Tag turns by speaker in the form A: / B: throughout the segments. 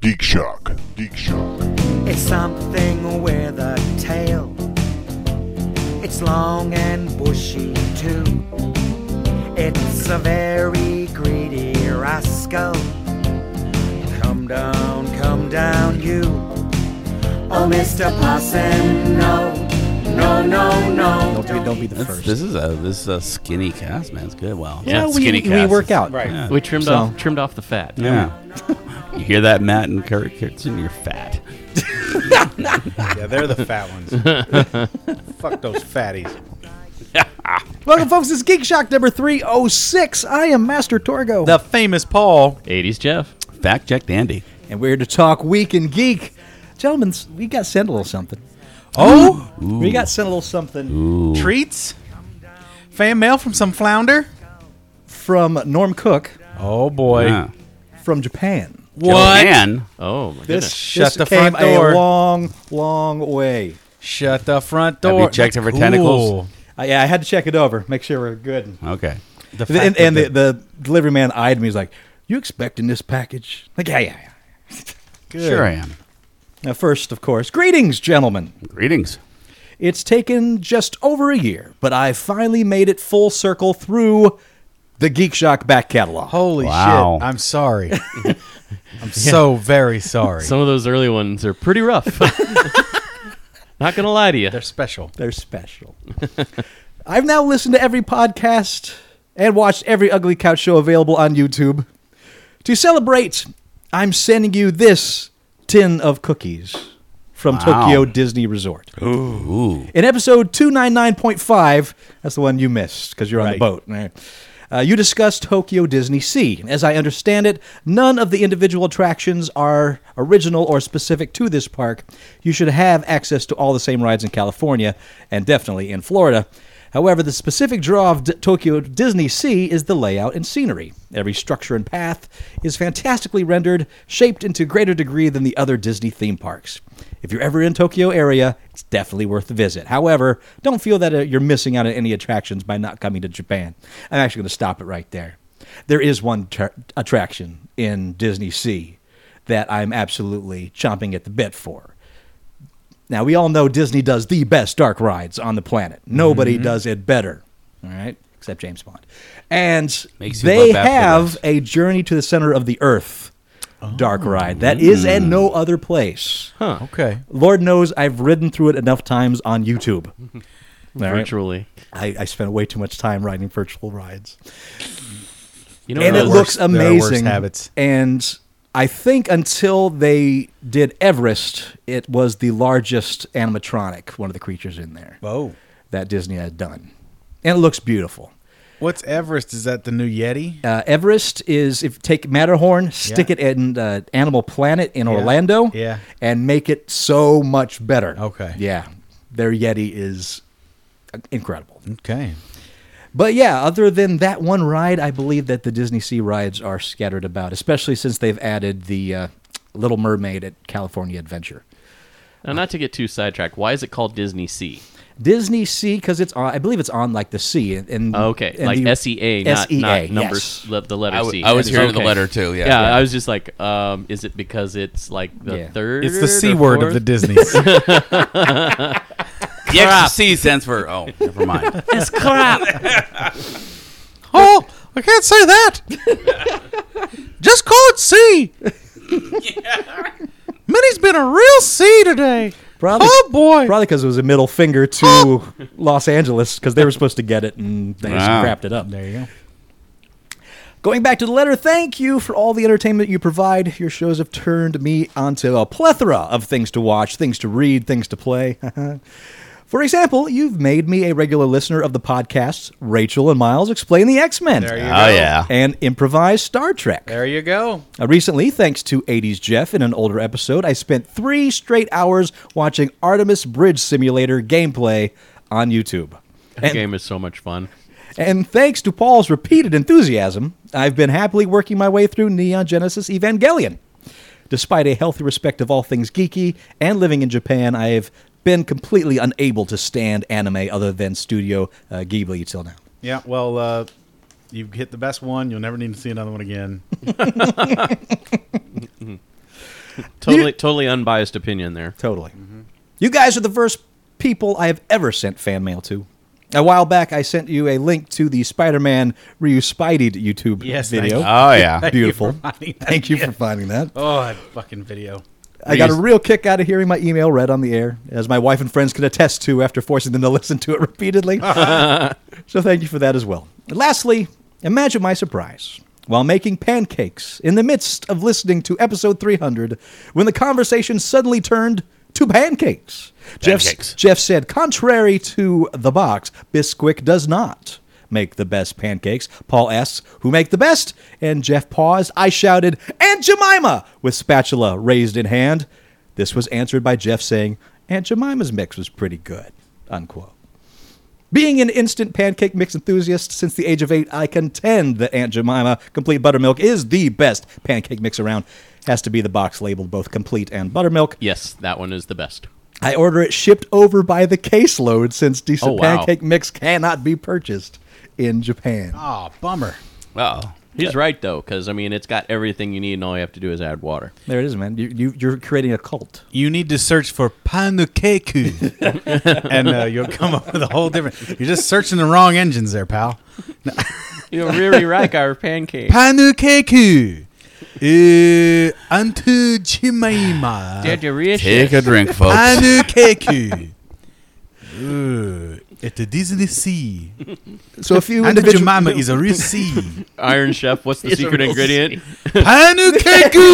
A: Geek Shock. Geek Shock.
B: It's something with a tail. It's long and bushy too. It's a very greedy rascal. Come down, come down, you. Oh, Mr. Possum, no, no, no, no.
C: Don't be, don't be the
D: That's,
C: first.
D: this is a this is a skinny cast, man. It's good. Wow.
E: Yeah,
D: It's
E: we-
D: skinny
C: we work
D: is-
C: out.
E: Right.
D: Yeah.
E: We trimmed
C: So-
E: off trimmed off the fat.
D: Yeah. you hear that, Matt and Kurt Kitson? You're fat.
F: Yeah, they're the fat ones. Fuck those fatties.
C: Welcome, folks. It's Geek Shock number 306. I am Master Torgo.
F: The famous Paul.
E: 80s Jeff.
D: Fact checked, Andy.
C: and we're here to talk Week in Geek. Gentlemen, we got sent a little something.
F: Oh,
C: We got sent a little something
F: treats. Fan mail from some flounder.
C: from Norm Cook
F: Oh boy.
D: Yeah.
C: from Japan.
D: Joanne.
E: Oh my
C: This
E: goodness.
F: Shut
C: this
F: the
C: came
F: front door.
C: a long, long way.
F: Shut the front
D: Have
F: door.
D: you checked
F: That's
D: for tentacles?
C: I, yeah, I had to check it over, make sure we're good.
D: Okay.
F: The fact
C: And, and the,
F: that
C: the delivery man eyed me. He's like, "You expecting this package?" Like, yeah, yeah, yeah.
F: Good.
D: Sure I am.
C: Now, first, of course, greetings, gentlemen.
D: Greetings.
C: It's taken just over a year, but I finally made it full circle through the Geek Shock back catalog.
G: Oh.
F: Holy
D: Wow.
F: shit. I'm sorry. I'm so very sorry.
E: Some of those early ones are pretty rough. Not gonna lie to you.
F: they're special.
C: They're special. I've now listened to every podcast and watched every Ugly Couch show available on YouTube. To celebrate, I'm sending you this tin of cookies from
D: Wow.
C: Tokyo Disney Resort.
D: Ooh.
C: In episode 299.5, that's the one you missed because you're on the boat. right? Uh, you discussed Tokyo Disney Sea. As I understand it, none of the individual attractions are original or specific to this park. You should have access to all the same rides in California and definitely in Florida. However, the specific draw of D- Tokyo Disney Sea is the layout and scenery. Every structure and path is fantastically rendered, shaped into greater degree than the other Disney theme parks. If you're ever in Tokyo area, it's definitely worth a visit. However, don't feel that uh, you're missing out on any attractions by not coming to Japan. I'm actually going to stop it right there. There is one tra- attraction in Disney Sea that I'm absolutely chomping at the bit for. Now, we all know Disney does the best dark rides on the planet. Nobody
D: Mm-hmm.
C: does it better. All right? Except James Bond. And
D: Makes you
C: they
D: love after
C: have
D: this.
C: a Journey to the Center of the Earth dark
D: Oh.
C: ride that is at
D: Mm.
C: no other place.
F: Okay.
C: Lord knows I've ridden through it enough times on YouTube. All right?
E: Virtually.
C: I, I spent way too much time riding virtual rides.
E: You know
C: and it
E: what I
F: are
E: was-
C: looks
F: worse- there are worse
C: amazing.
F: habits.
C: And I think until they did Everest, it was the largest animatronic, one of the creatures in there,
F: Oh.
C: that Disney had done. And it looks beautiful.
F: What's Everest? Is that the new Yeti?
C: Uh, Everest is if take Matterhorn, stick
F: Yeah.
C: it in uh, Animal Planet in Orlando,
F: Yeah.
C: and make it so much better.
F: Okay.
C: yeah, their Yeti is uh, incredible.
F: Okay.
C: But yeah, other than that one ride, I believe that the Disney Sea rides are scattered about, especially since they've added the uh, Little Mermaid at California Adventure.
E: now, not to get too sidetracked. Why is it called Disney Sea?
C: Disney Sea because it's on, I believe it's on like the sea and, and
E: Okay,
C: and
E: like
C: the-
E: S E A, not,
C: SEA,
E: not numbers.
C: yes.
E: le- the letter
D: I w-
E: C.
D: I was
E: Okay.
D: hearing the letter too, yeah.
E: yeah.
D: Yeah.
E: I was just like, um, is it because it's like the
C: Yeah.
E: third?
F: It's the C
E: or
F: word
E: fourth?
F: of the Disney's.
D: The extra C stands for. Oh, never mind.
E: It's crap.
F: Oh, I can't say that. Just call it C. Minnie's been a real C today.
C: Probably,
F: Oh, boy.
C: Probably because it was a middle finger to Los Angeles because they were supposed to get it and they just
D: Wow.
C: crapped it up.
F: There you go.
C: Going back to the letter, thank you for all the entertainment you provide. Your shows have turned me onto a plethora of things to watch, things to read, things to play. for example, you've made me a regular listener of the podcasts Rachel and Miles Explain the X Men
F: There you go.
D: Oh yeah.
C: and Improvised Star Trek.
F: There you go.
C: Uh, recently, thanks to 80s Jeff in an older episode, I spent three straight hours watching Artemis Bridge Simulator gameplay on YouTube.
E: That game is so much fun.
C: And thanks to Paul's repeated enthusiasm, I've been happily working my way through Neon Genesis Evangelion. Despite a healthy respect of all things geeky and living in Japan, I have been completely unable to stand anime other than Studio uh, Ghibli till now.
F: Yeah, well, uh, you've hit the best one. You'll never need to see another one again.
E: Totally, totally unbiased opinion there.
C: Totally. Mm-hmm. You guys are the first people I have ever sent fan mail to. A while back, I sent you a link to the Spider-Man Ryu Spidey YouTube
F: Yes, thank
C: video.
F: you.
D: Oh yeah.
C: Beautiful.
F: Thank you for finding that.
C: Thank you for finding that.
F: Oh, that fucking video.
C: I got a real kick out of hearing my email read on the air, as my wife and friends can attest to after forcing them to listen to it repeatedly. so thank you for that as well. And lastly, imagine my surprise while making pancakes in the midst of listening to episode 300 when the conversation suddenly turned to pancakes.
D: Pancakes.
C: Jeff, Jeff said, contrary to the box, Bisquick does not make the best pancakes. Paul asks, who make the best? And Jeff paused. I shouted, Aunt Jemima, with spatula raised in hand. This was answered by Jeff saying, Aunt Jemima's mix was pretty good, unquote. Being an instant pancake mix enthusiast since the age of eight, I contend that Aunt Jemima Complete Buttermilk is the best pancake mix around. Has to be the box labeled both complete and buttermilk.
E: Yes, that one is the best.
C: I order it shipped over by the caseload since decent
E: Oh, wow.
C: pancake mix cannot be purchased in Japan.
F: Oh, bummer.
E: Wow. He's right though, because I mean, it's got everything you need, and all you have to do is add water.
C: There it is, man. You, you, you're creating a cult.
F: You need to search for panukeku, and uh, you'll come up with a whole different. You're just searching the wrong engines there, pal.
E: You know, really like our pancake.
F: Panukeku, uh, Antu Chimaima,
D: Take a drink, folks.
F: Panukeku. Ooh, at the Disney Sea.
C: So if you
F: Antu
C: individual-
F: Jemima is a real sea.
E: Iron Chef, what's the secret ingredient?
F: Panukeku!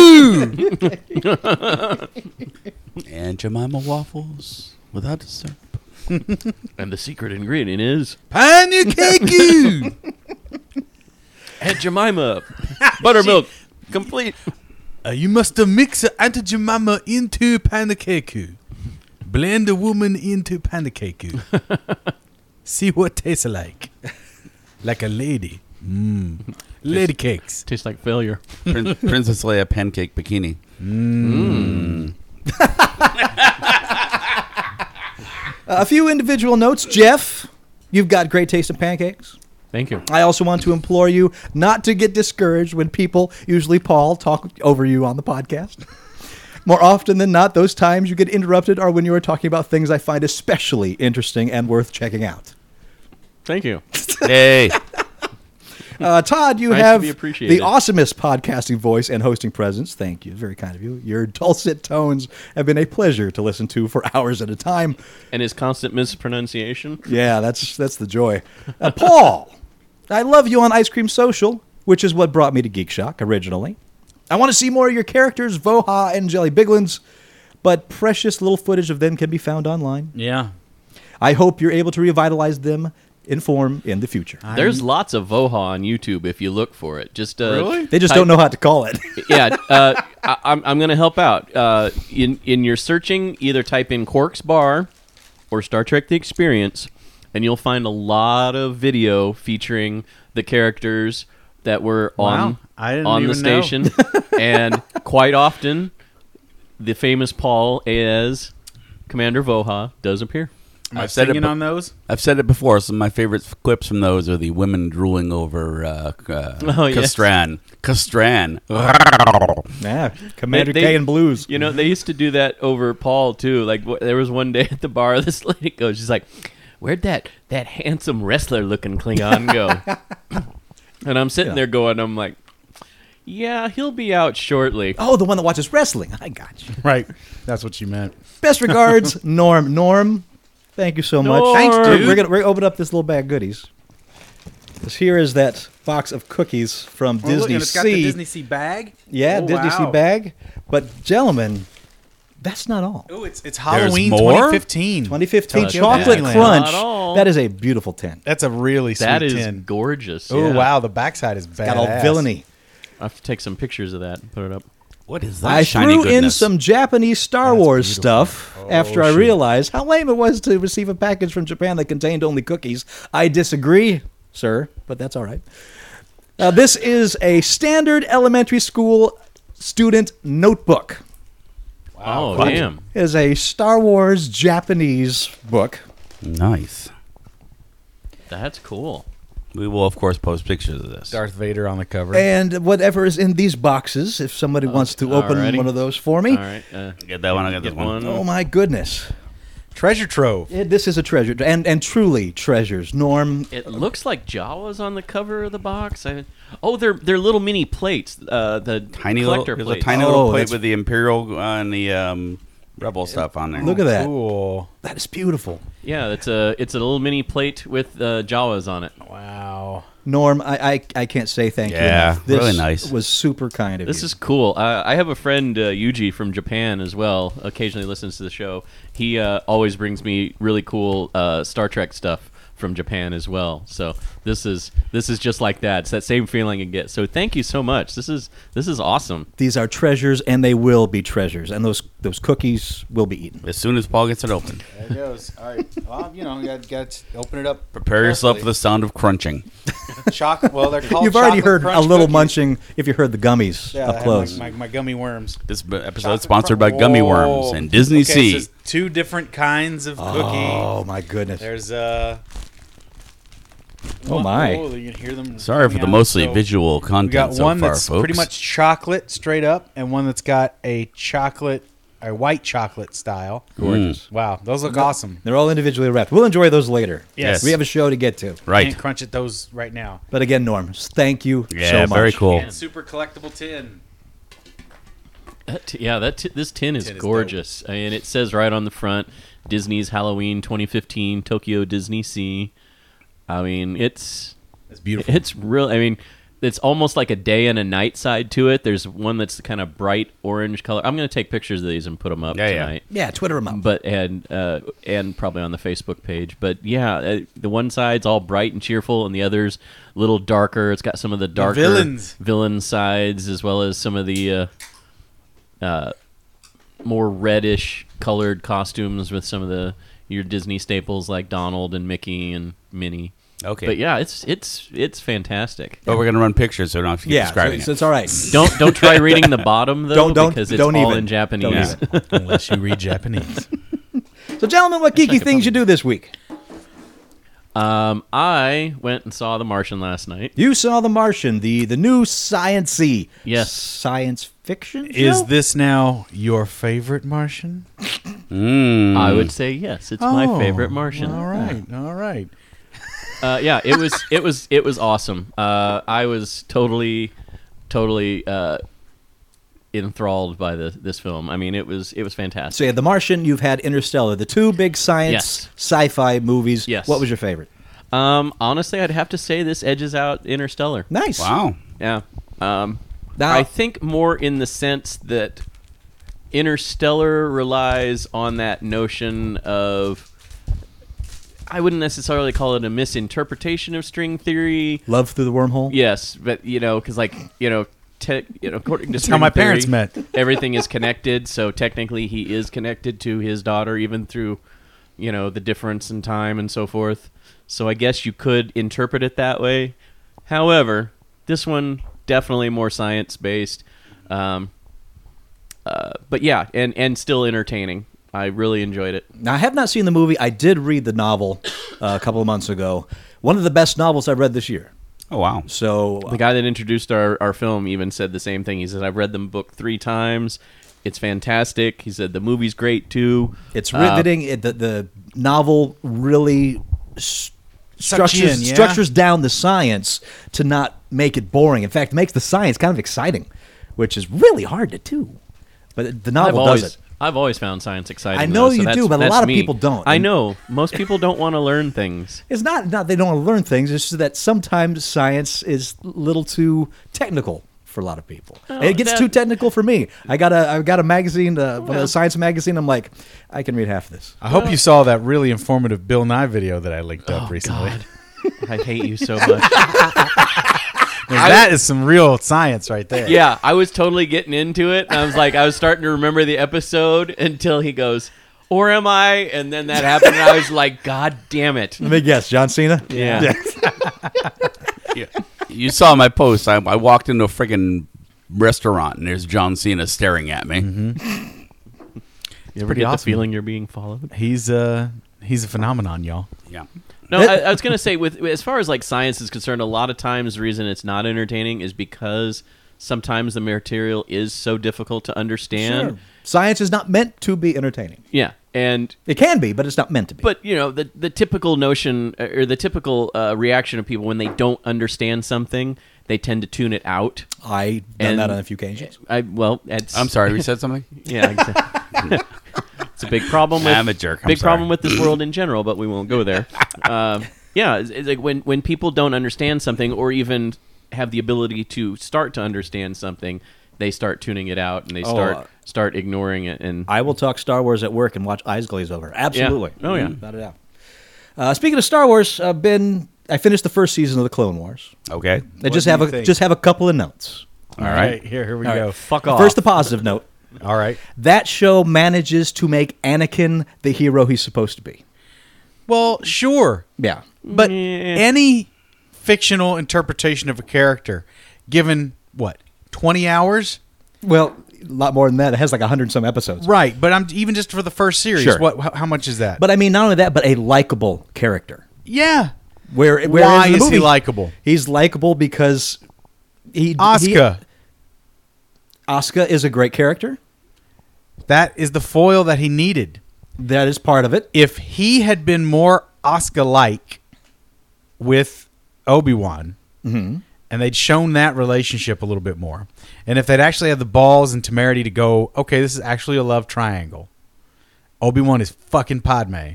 D: and Jemima waffles without dessert.
E: And the secret ingredient is
F: Panukeku!
E: Aunt Jemima buttermilk complete.
F: Uh, you must uh, mix Auntie Jemima into Panukeku. Blend the woman into Panukeku. See what tastes like. Like a lady. Mm. Lady cakes.
E: Tastes like failure.
D: Prin- Princess Leia pancake bikini.
C: a few individual notes. Jeff, you've got great taste in pancakes.
E: Thank you.
C: I also want to implore you not to get discouraged when people, usually Paul, talk over you on the podcast. More often than not, those times you get interrupted are when you are talking about things I find especially interesting and worth checking out.
E: Thank you.
D: Hey,
C: Uh, Todd, you
E: Hmm. Nice to
C: have
E: be appreciated.
C: the awesomest podcasting voice and hosting presence. Thank you. Very kind of you. Your dulcet tones have been a pleasure to listen to for hours at a time.
E: And his constant mispronunciation.
C: Yeah, that's that's the joy. Uh, Paul, I love you on Ice Cream Social, which is what brought me to Geek Shock originally. I want to see more of your characters, Voha and Jelly Biglins, but precious little footage of them can be found online.
F: Yeah.
C: I hope you're able to revitalize them in form in the future.
E: There's lots of Voha on YouTube if you look for it. Just uh,
F: Really?
C: They just
E: type-
C: don't know how to call it.
E: yeah, uh, I, I'm, I'm going to help out. Uh, in in your searching, either type in Quark's Bar or Star Trek: The Experience, and you'll find a lot of video featuring the characters that were on
F: Wow, I didn't
E: on the
F: even know.
E: station, and quite often, the famous Paul as Commander Voha does appear.
F: Am
D: I've said it be-
F: those?
D: I've said it before. Some of my favorite clips from those are the women drooling over uh, c- uh,
E: Oh, yes.
D: Castran. Castran.
C: yeah, Commander
E: They-
C: K
E: they-
C: and Blues.
E: You know, they used to do that over Paul too. Like wh- there was one day at the bar, this lady goes, she's like, "Where'd that that handsome wrestler looking Klingon go?" and I'm sitting
C: Yeah.
E: there going, I'm like, "Yeah, he'll be out shortly."
C: Oh, the one that watches wrestling. I got you.
F: Right. That's what you meant.
C: Best regards, Norm. Norm, thank you so much.
E: Norm. Thanks, dude.
C: We're gonna, we're gonna open up this little bag of goodies. This here is that box of cookies from
E: Oh,
C: Disney Sea.
F: Sea bag. Oh,
C: yeah, Disney Sea bag. But gentlemen, that's not all.
F: Oh, it's it's Halloween
D: more?
F: 2015.
C: 2015
F: Touchdown
C: chocolate
F: Disneyland.
C: crunch.
E: Not all.
C: That is a beautiful tin.
F: That's a really sweet
E: That is
F: tin.
E: gorgeous.
F: Oh
E: yeah.
F: wow, the backside is bad.
C: Got all villainy.
E: I have to take some pictures of that and put it up.
D: what is that?
C: I
D: shiny
C: threw in
D: goodness?
C: some Japanese Star Wars stuff after I
F: shit.
C: realized how lame it was to receive a package from Japan that contained only cookies. I disagree, sir, but that's all right. Uh, this is a standard elementary school student notebook.
E: oh damn!
C: It is a Star Wars Japanese book.
D: Nice.
E: That's cool.
D: We will, of course, post pictures of this.
F: Darth Vader on the cover.
C: And whatever is in these boxes, if somebody wants to open
E: alrighty.
C: one of those for me.
E: All right. Uh,
D: Get that one. I got this
E: get
D: one.
E: one.
C: Oh my goodness.
F: Treasure trove.
C: It- this is a treasure, and, and truly treasures. Norm,
E: It looks like Jawas on the cover of the box. I, oh, they're they're little mini plates. Uh, the
D: Tiny little.
E: collector
D: There's a
E: plates.
D: tiny
C: Oh,
D: little plate
C: that's-
D: with the Imperial uh, and the um, Rebel stuff on there.
C: look at that.
F: Cool.
C: That is beautiful.
E: Yeah, it's a it's a little mini plate with uh, Jawas on it.
F: Wow.
C: Norm, I, I, I can't say thank you.
D: Yeah,
C: enough. This
D: really nice.
C: was super kind of
E: This
C: you.
E: is cool. Uh, I have a friend uh, Yuji from Japan as well. Occasionally listens to the show. He uh, always brings me really cool uh, Star Trek stuff from Japan as well. So this is this is just like that. It's that same feeling you get. So thank you so much. This is this is awesome.
C: These are treasures, and they will be treasures, and those those cookies will be eaten.
D: As soon as Paul gets it open,
G: There it goes. All right. Well, you know, you got, got to open it up.
D: prepare yourself for the sound of crunching.
G: the chocolate. Well, they're called.
C: You've already
G: chocolate
C: heard
G: crunch
C: a little
G: cookies.
C: munching if you heard the gummies
G: Yeah, I
C: up
G: had
C: close.
G: My, my, my gummy worms.
D: This b- episode
G: Chocolate
D: is sponsored by
G: crunch-
D: Gummy Worms
G: Whoa.
D: and Disney
G: Okay, so
D: Sea.
G: there's two different kinds of cookie.
C: oh my goodness!
G: There's uh.
C: Oh,
G: one-
C: my.
G: Oh, you can hear them.
D: Sorry for
G: coming
D: the
G: out.
D: mostly
G: So
D: visual
G: We
D: content
G: got
D: so
G: one
D: far,
G: that's
D: folks.
G: pretty much chocolate straight up, and one that's got a chocolate, a white chocolate style. Mm.
C: Gorgeous.
G: Wow, those look awesome.
C: They're all individually wrapped. We'll enjoy those later.
G: Yes.
C: we have a show to get to.
D: right.
G: Can't crunch at those right now.
C: But again, Norm, thank you
D: Yeah,
C: so much.
D: very cool.
G: And super collectible tin.
E: That t- yeah, that t- this tin is
G: is
E: gorgeous, I and it says right on the front, Disney's Halloween 2015 Tokyo Disney Sea. I mean, it's
G: It's beautiful.
E: it's real. I mean, it's almost like a day and a night side to it. There's one that's kind of bright orange color. I'm gonna take pictures of these and put them up
D: Yeah, yeah.
E: tonight.
C: Yeah, Twitter them up.
E: But and uh, and probably on the Facebook page. But yeah, uh, the one side's all bright and cheerful, and the other's a little darker. It's got some of the darker
G: villains.
E: villain sides, as well as some of the uh, uh, more reddish colored costumes with some of the your Disney staples like Donald and Mickey and Minnie.
D: Okay.
E: But yeah, it's it's it's fantastic.
D: But we're gonna run pictures, so we don't have to keep
C: yeah, so
D: describing
C: it's,
D: it.
C: it's all right.
E: Don't don't try reading the bottom though,
C: Don't- don't-
E: because it's
C: don't
E: all
C: even.
E: in Japanese.
C: Don't
D: Yeah.
F: Unless you read Japanese.
C: So, gentlemen, what geeky things you do this week?
E: Um, I went and saw The Martian last night.
C: You saw The Martian, the the new sciency
E: Yes.
C: science fiction.
F: Is
C: show?
F: this now your favorite Martian?
E: I would say yes. It's my
F: Oh,
E: favorite Martian.
F: All right, all right.
E: Uh, yeah, it was it was it was awesome. Uh, I was totally totally uh, enthralled by the this film. I mean, it was it was fantastic.
C: So yeah, The Martian. You've had Interstellar, the two big science
E: Yes.
C: sci-fi movies.
E: Yes.
C: What was your favorite?
E: Um, honestly, I'd have to say this edges out Interstellar.
C: Nice.
D: Wow.
E: Yeah. Um,
C: Now-
E: I think more in the sense that Interstellar relies on that notion of. I wouldn't necessarily call it a misinterpretation of string theory.
C: Love through the wormhole.
E: Yes, but you know, because like you know, te- you know, according to
F: how
E: string
F: my parents
E: theory,
F: met.
E: everything is connected. So technically, he is connected to his daughter, even through you know the difference in time and so forth. So I guess you could interpret it that way. However, this one definitely more science based. Um, uh, but yeah, and and still entertaining. I really enjoyed it.
C: Now I have not seen the movie. I did read the novel uh, a couple of months ago. One of the best novels I've read this year.
D: Oh wow.
C: So uh,
E: The guy that introduced our, our film even said the same thing. He says, I've read the book three times. It's fantastic. He said, the movie's great too.
C: It's
E: Uh,
C: riveting. it, the, the novel really s-
G: Sucks you
C: structures,
G: in, yeah?
C: structures down the science to not make it boring. In fact, it makes the science kind of exciting, which is really hard to do. But the
E: I've
C: novel
E: always,
C: does it.
E: I've always found science exciting.
C: I know
E: though, so
C: you
E: that's-
C: do, but a
E: that's
C: lot of
E: me.
C: people don't.
E: I
C: And-
E: know. Most people don't want to learn things.
C: It's not, not they don't want to learn things. It's just that sometimes science is a little too technical for a lot of people. it gets
E: Oh, that-
C: too technical for me. I got a I got a magazine, uh, one of the science magazine. I'm like, I can read half of this.
F: I hope you saw that really informative Bill Nye video that I linked up recently.
E: I hate you so much.
F: Now, that is some real science right there.
E: yeah, I was totally getting into it. And I was like, I was starting to remember the episode until he goes, Or am I? And then that happened. And I was like, God damn it.
C: Let me guess, John Cena.
E: Yeah.
D: you saw my post. I, I walked into a friggin' restaurant and there's John Cena staring at me.
E: You ever
F: pretty
E: get the
F: awesome.
E: feeling you're being followed?
F: He's uh he's a phenomenon, y'all.
D: Yeah.
E: No, I, I was gonna say with as far as like science is concerned, a lot of times the reason it's not entertaining is because sometimes the material is so difficult to understand.
C: Sure. Science is not meant to be entertaining.
E: Yeah, and
C: It can be, but it's not meant to be.
E: but you know the the typical notion uh, or the typical uh, reaction of people when they don't understand something, they tend to tune it out.
C: I done
E: And-
C: that on a few occasions.
E: I well, it's,
D: I'm sorry, we said something.
E: Yeah, exactly. it's a big problem. With,
D: I'm a jerk, I'm
E: big
D: sorry.
E: problem with this world in general, but we won't go there. Uh, yeah, it's, it's like when when people don't understand something or even have the ability to start to understand something, they start tuning it out and they start
C: uh,
E: start ignoring it. And
C: I will talk Star Wars at work and watch eyes glaze over. Absolutely.
E: Oh, yeah.
C: Without a doubt. Uh, speaking of Star Wars, uh, Ben, I finished the first season of the Clone Wars.
D: Okay.
C: I just
G: do
C: have
G: you
C: a
G: think?
C: just have a couple of notes.
D: All right.
G: Hey, here, here we
C: All
G: go.
C: right.
E: fuck off.
C: First, the positive note.
G: All right.
C: That show manages to make Anakin the hero he's supposed to be.
G: Well, sure.
C: Yeah.
G: But
E: Mm-hmm.
G: any fictional interpretation of a character given what? 20 hours?
C: Well, a lot more than that. It has like a hundred some episodes.
G: Right, but I'm even just for the first series.
C: Sure.
G: What how, how much is that?
C: But I mean, not only that, but a likable character.
G: yeah.
C: Where, where
G: Why
C: in the
G: is he
C: movie,
G: likable?
C: He's likable because he
G: Oscar.
C: He, Asuka is a great character.
G: that is the foil that he needed.
C: That is part of it.
G: If he had been more Oscar like with Obi-Wan, and they'd shown that relationship a little bit more, and if they'd actually had the balls and temerity to go, okay, this is actually a love triangle. Obi-Wan is fucking Padme.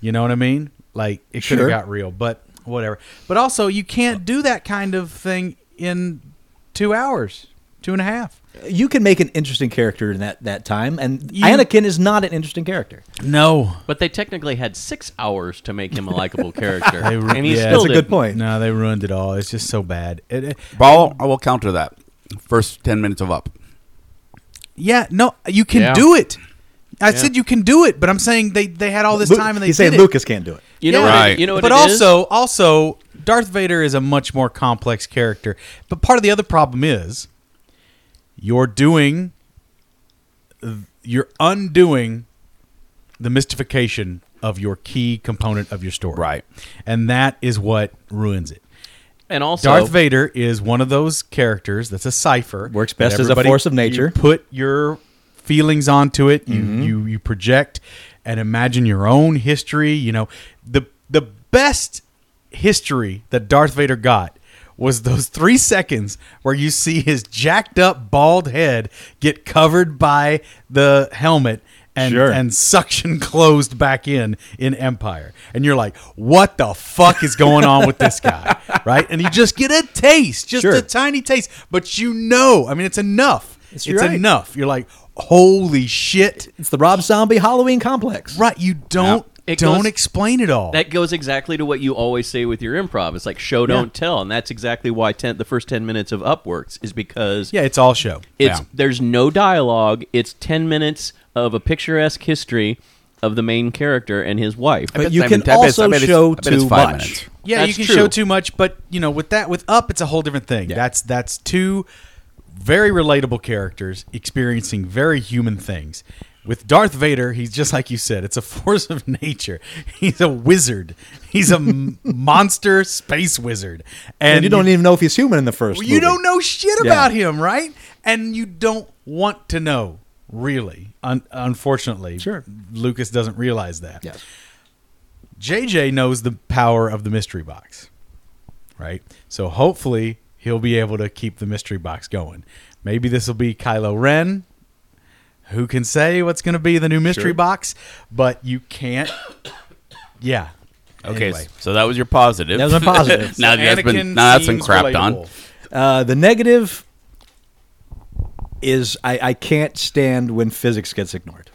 G: you know what I mean? Like it could have
C: Sure.
G: got real, but whatever. But also, you can't do that kind of thing in two hours, two and a half.
C: You can make an interesting character in that, that time, and
G: You-
C: Anakin is not an interesting character.
G: No,
E: but they technically had six hours to make him a likable character, and he
G: yeah,
E: still
C: that's a
E: didn't.
C: good point.
G: No, they ruined it all. It's just so bad. It, it-
D: Ball, I will counter that. First 10 minutes of up.
G: yeah, no, you can
E: Yeah.
G: do it. I said you can do it, but I'm saying they, they had all this
C: Lu-
G: time and they
C: he's
G: did
C: saying
G: it.
C: Lucas can't do it.
E: You know
G: Yeah.
E: what? it-
D: Right.
E: You know what?
G: but
E: it is?
G: also, also Darth Vader is a much more complex character. But part of the other problem is you're doing you're undoing the mystification of your key component of your story.
D: Right.
G: And that is what ruins it.
E: and also
G: Darth Vader is one of those characters that's a cipher.
C: Works best
G: that
C: as a
G: everybody-
C: force of nature. Mm-hmm.
G: You put your feelings onto it. You you you project and imagine your own history. You know the the best history that Darth Vader got was those three seconds where you see his jacked up bald head get covered by the helmet. And,
C: Sure.
G: and suction closed back in in Empire. And you're like, what the fuck is going on with this guy? Right? And you just get a taste, just
C: Sure.
G: a tiny taste. But you know, I mean, it's enough.
C: That's
G: it's
C: right.
G: enough. You're like, holy shit.
C: It's the Rob Zombie Halloween complex.
G: Right. You don't.
E: It
G: don't
E: goes-
G: explain it all.
E: that goes exactly to what you always say with your improv. It's like show don't tell, and that's exactly why ten, the first ten minutes of Up works is because
G: yeah, it's all show.
E: it's
D: yeah.
E: there's no dialogue. It's ten minutes of a picturesque history of the main character and his wife.
C: But
D: bet
C: you
D: that-
C: can
D: I bet it's- I
C: also
D: bet it's-
C: show
D: I bet it's
C: too
D: five
C: much.
D: minutes.
G: Yeah, you
E: That's
G: can
E: true.
G: show too much, but you know, with that with up, it's a whole different thing. That's that's two very relatable characters experiencing very human things. With Darth Vader, he's just like you said, it's a force of nature. He's a wizard. He's a m- monster space wizard. And,
C: And you don't even know if he's human in the first.
G: you
C: movie.
G: don't know shit
C: Yeah.
G: about him, right? And you don't want to know, really. Un- unfortunately,
C: Sure.
G: Lucas doesn't realize that.
C: Yes.
G: JJ knows the power of the mystery box, right? So hopefully he'll be able to keep the mystery box going. Maybe this will be Kylo Ren. Who can say what's going to be the new mystery box? But you can't. Yeah.
D: Okay,
G: Anyway.
D: so that was your positive.
C: That was my positive.
D: now that's been,
G: Anakin
D: now that's been
G: seems
D: crapped on.
G: relatable.
C: Uh, the negative is I, I can't stand when physics gets ignored.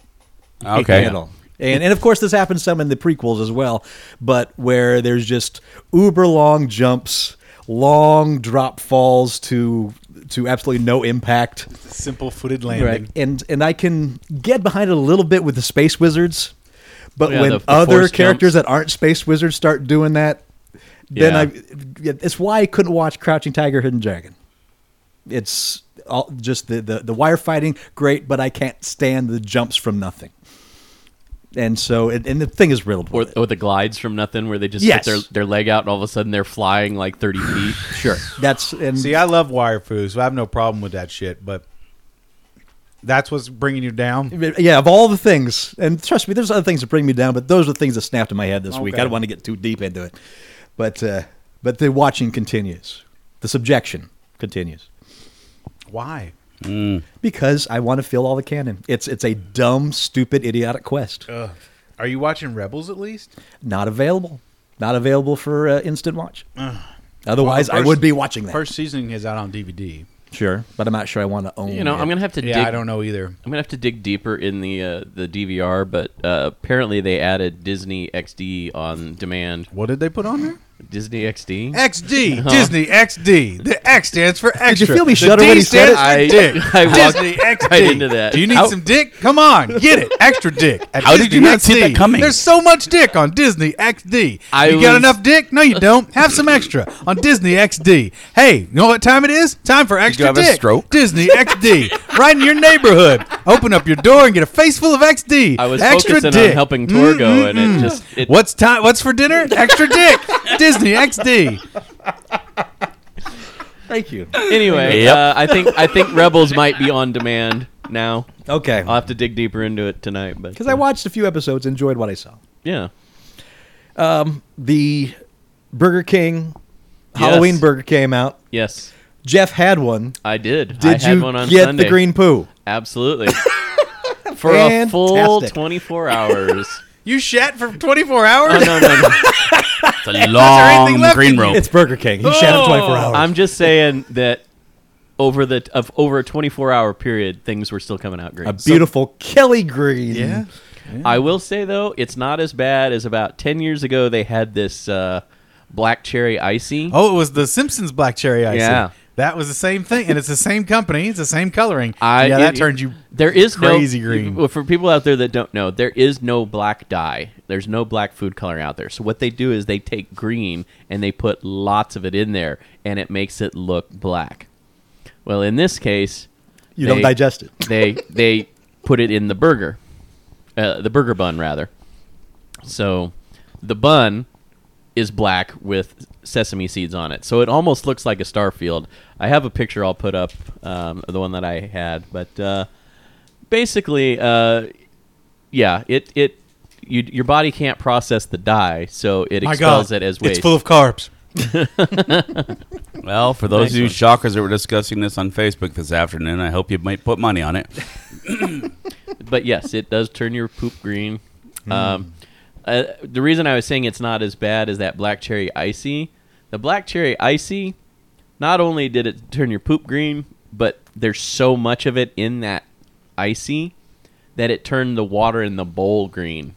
D: Okay.
C: At all. And, and of course, this happens some in the prequels as well, but where there's just uber long jumps, long drop falls to to absolutely no impact.
G: Simple footed landing.
C: And and I can get behind it a little bit with the space wizards, but
E: Yeah,
C: when
E: the- the
C: other
E: force
C: characters
E: jumps.
C: that aren't space wizards start doing that, then
E: Yeah.
C: I it's why I couldn't watch Crouching Tiger, Hidden Dragon. It's all just the, the the wire fighting great, but I can't stand the jumps from nothing. and so and, and the thing is riddled
E: Or,
C: with it.
E: or the glides from nothing, where they just
C: Yes.
E: put their, their leg out and all of a sudden they're flying like 30 feet.
C: Sure, that's and
G: See, I love wire food, so I have no problem with that shit. But that's what's bringing you down.
C: yeah, of all the things, and trust me, there's other things that bring me down, but those are the things that snapped in my head this week. I
G: Okay.
C: don't want to get too deep into it, but uh, but the watching continues, the subjection continues
G: Why?
C: because I want to fill all the cannon. It's it's a dumb, stupid, idiotic quest.
G: Are you watching Rebels at least?
C: Not available. Not available for uh, instant watch. Otherwise,
G: Well,
C: I
G: first-
C: would be watching that.
G: First season is out on DVD.
C: Sure, but I'm not sure I want to own.
E: You know,
C: it.
E: I'm gonna have to.
G: Yeah,
E: dig,
G: I don't know either.
E: I'm gonna have to dig deeper in the uh, the DVR, but uh, apparently they added Disney XD on demand.
G: What did they put on there?
E: Disney XD.
G: XD Disney XD. The X stands for extra.
C: feel me
G: The
C: shudder
G: D
C: when he said
G: stands
C: it?
G: for
E: I-
G: dick.
E: I walked
G: Disney XD.
E: right into that.
G: Do you need
E: How-
G: some dick? Come on, get it. Extra dick. at
D: How did
G: Disney
D: you not see that
G: XD.
D: coming?
G: There's so much dick on Disney XD.
E: I
G: you got
E: was-
G: enough dick? No, you don't. Have some extra on Disney XD. Hey, you know what time it is? Time for extra
D: have a
G: dick.
D: stroke?
G: Disney XD. right in your neighborhood. Open up your door and get a face full of XD.
E: I was
G: extra
E: focusing
G: dick.
E: on helping Torgo, and it just it,
G: What's time? What's for dinner? Extra dick. Disney XD.
C: Thank you.
E: Anyway,
D: Yep.
E: uh, I think I think Rebels might be on demand now.
C: Okay,
E: I'll have to dig deeper into it tonight, but
C: because I watched a few episodes, enjoyed what I saw.
E: yeah,
C: The Burger King
E: Yes.
C: Halloween burger came out.
E: yes,
C: Jeff had one.
E: I did. I
C: Did
E: had
C: you
E: one on
C: get
E: Sunday.
C: the green poo?
E: Absolutely. For a full
C: Fantastic.
E: 24 hours.
G: You shat for 24 hours?
E: Oh, no, no, no.
D: It's a long
G: left Oh.
D: green
G: in
D: room.
C: It's Burger King. You shat him 24 hours.
E: I'm just saying that over the of over a 24 hour period, things were still coming out
C: a
E: great.
C: beautiful Kelly green. Yeah.
E: I will say though, it's not as bad as about 10 years ago. They had this uh, black cherry icy.
G: Oh, it was the Simpsons black cherry ice.
E: Yeah.
G: That was the same thing, and it's the same company. It's the same coloring.
E: I-
G: yeah,
E: it-
G: that turned you.
E: There is
G: crazy
E: no,
G: green.
E: Well, for people out there that don't know, there is no black dye. There's no black food coloring out there. So what they do is they take green and they put lots of it in there, and it makes it look black. Well, in this case,
C: You don't
E: they-
C: digest it.
E: they they put it in the burger, uh, the burger bun rather. So the bun is black with sesame seeds on it, so it almost looks like a starfield. I have a picture I'll put up, um, the one that I had, but uh, basically, uh, yeah, it it. You, your body can't process the dye, so it expels it as waste.
G: It's full of carbs.
D: Well, for those of you shockers that were discussing this on Facebook this afternoon, I hope you might put money on it.
E: but yes, it does turn your poop green. Um, uh, the reason I was saying it's not as bad as that black cherry icy, the black cherry icy, not only did it turn your poop green, but there's so much of it in that icy that it turned the water in the bowl green.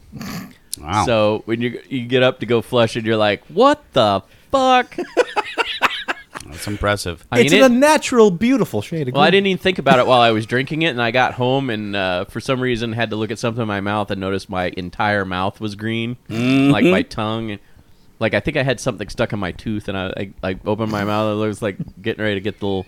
D: Wow.
E: So when you you get up to go flush it, you're like, what the fuck?
D: That's impressive.
E: I mean,
C: it's
E: it-
C: a natural, beautiful shade of
E: Well, I
C: green.
E: didn't even think about it while I was drinking it, and I got home and uh, for some reason had to look at something in my mouth and noticed my entire mouth was green, like
C: Mm-hmm.
E: my tongue. Like I think I had something stuck in my tooth, and I I, I opened my mouth and I was like getting ready to get the little-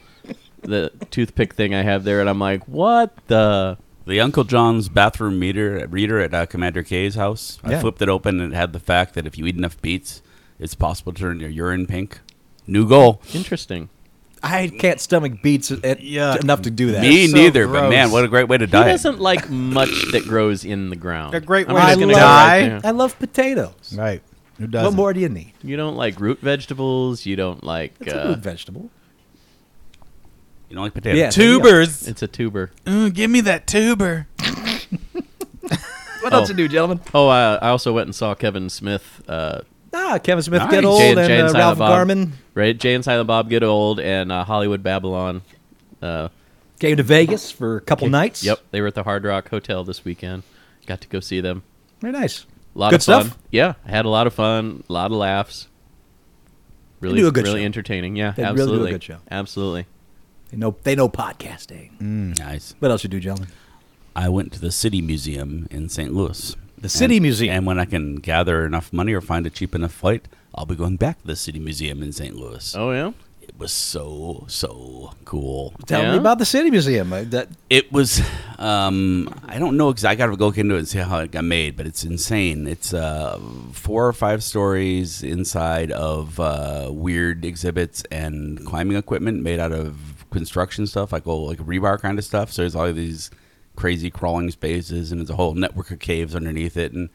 E: the toothpick thing I have there, and I'm like, what the?
D: The Uncle John's bathroom meter reader at uh, Commander K's house.
C: Yeah.
D: I flipped it open and it had the fact that if you eat enough beets, it's possible to turn your urine pink. New goal.
E: Interesting.
C: I can't stomach beets at,
G: Yuck.
C: enough to do that.
D: Me
G: so
D: neither, but
G: gross.
D: man, what a great way to
E: He
D: die.
E: doesn't like much that grows in the ground.
G: A great
E: I'm
G: way
E: just
C: I
G: to
E: gonna
C: love,
E: go right
G: die.
E: there.
C: I love potatoes.
G: Right. Who does
C: What more do you need?
E: You don't like root vegetables. You don't like.
C: It's a
E: uh,
C: root vegetable.
D: You don't like potatoes.
C: Yeah.
G: Tubers.
E: it's a tuber.
G: Mm, give me that tuber.
C: What
E: Oh.
C: else to do, gentlemen?
E: Oh, uh, I also went and saw Kevin Smith. Uh,
C: Ah, Kevin Smith,
D: Nice.
C: get old,
E: Jay and, Jay and
C: and uh, Ralph
E: Silent Bob.
C: Garman
E: Right, Jay and Silent Bob get old, and uh, Hollywood Babylon. Uh,
C: came to Vegas for a couple nights.
E: Yep, they were at the Hard Rock Hotel this weekend. Got to go see them.
C: very nice.
E: A lot
C: Good
E: of fun.
C: stuff?
E: Yeah, I had a lot of fun. A lot of laughs. Really,
C: do a good
E: really
C: show.
E: entertaining. Yeah,
C: They really do a
E: absolutely.
C: good show.
E: Absolutely.
C: They know they know podcasting.
E: Mm.
D: Nice.
C: What else you do, gentlemen?
D: I went to the City Museum in St. Louis.
C: The City
D: And-
C: Museum.
D: And when I can gather enough money or find a cheap enough flight, I'll be going back to the City Museum in St. Louis.
E: Oh yeah.
D: It was so so cool.
C: Tell me
E: Yeah?
C: about the City Museum. Uh, That
D: It was. Um, I don't know exactly. I gotta go into it and see how it got made, but it's insane. It's uh, four or five stories inside of uh, weird exhibits and climbing equipment made out of construction stuff, like old like rebar kind of stuff. So there's all these crazy crawling spaces, and there's a whole network of caves underneath it, and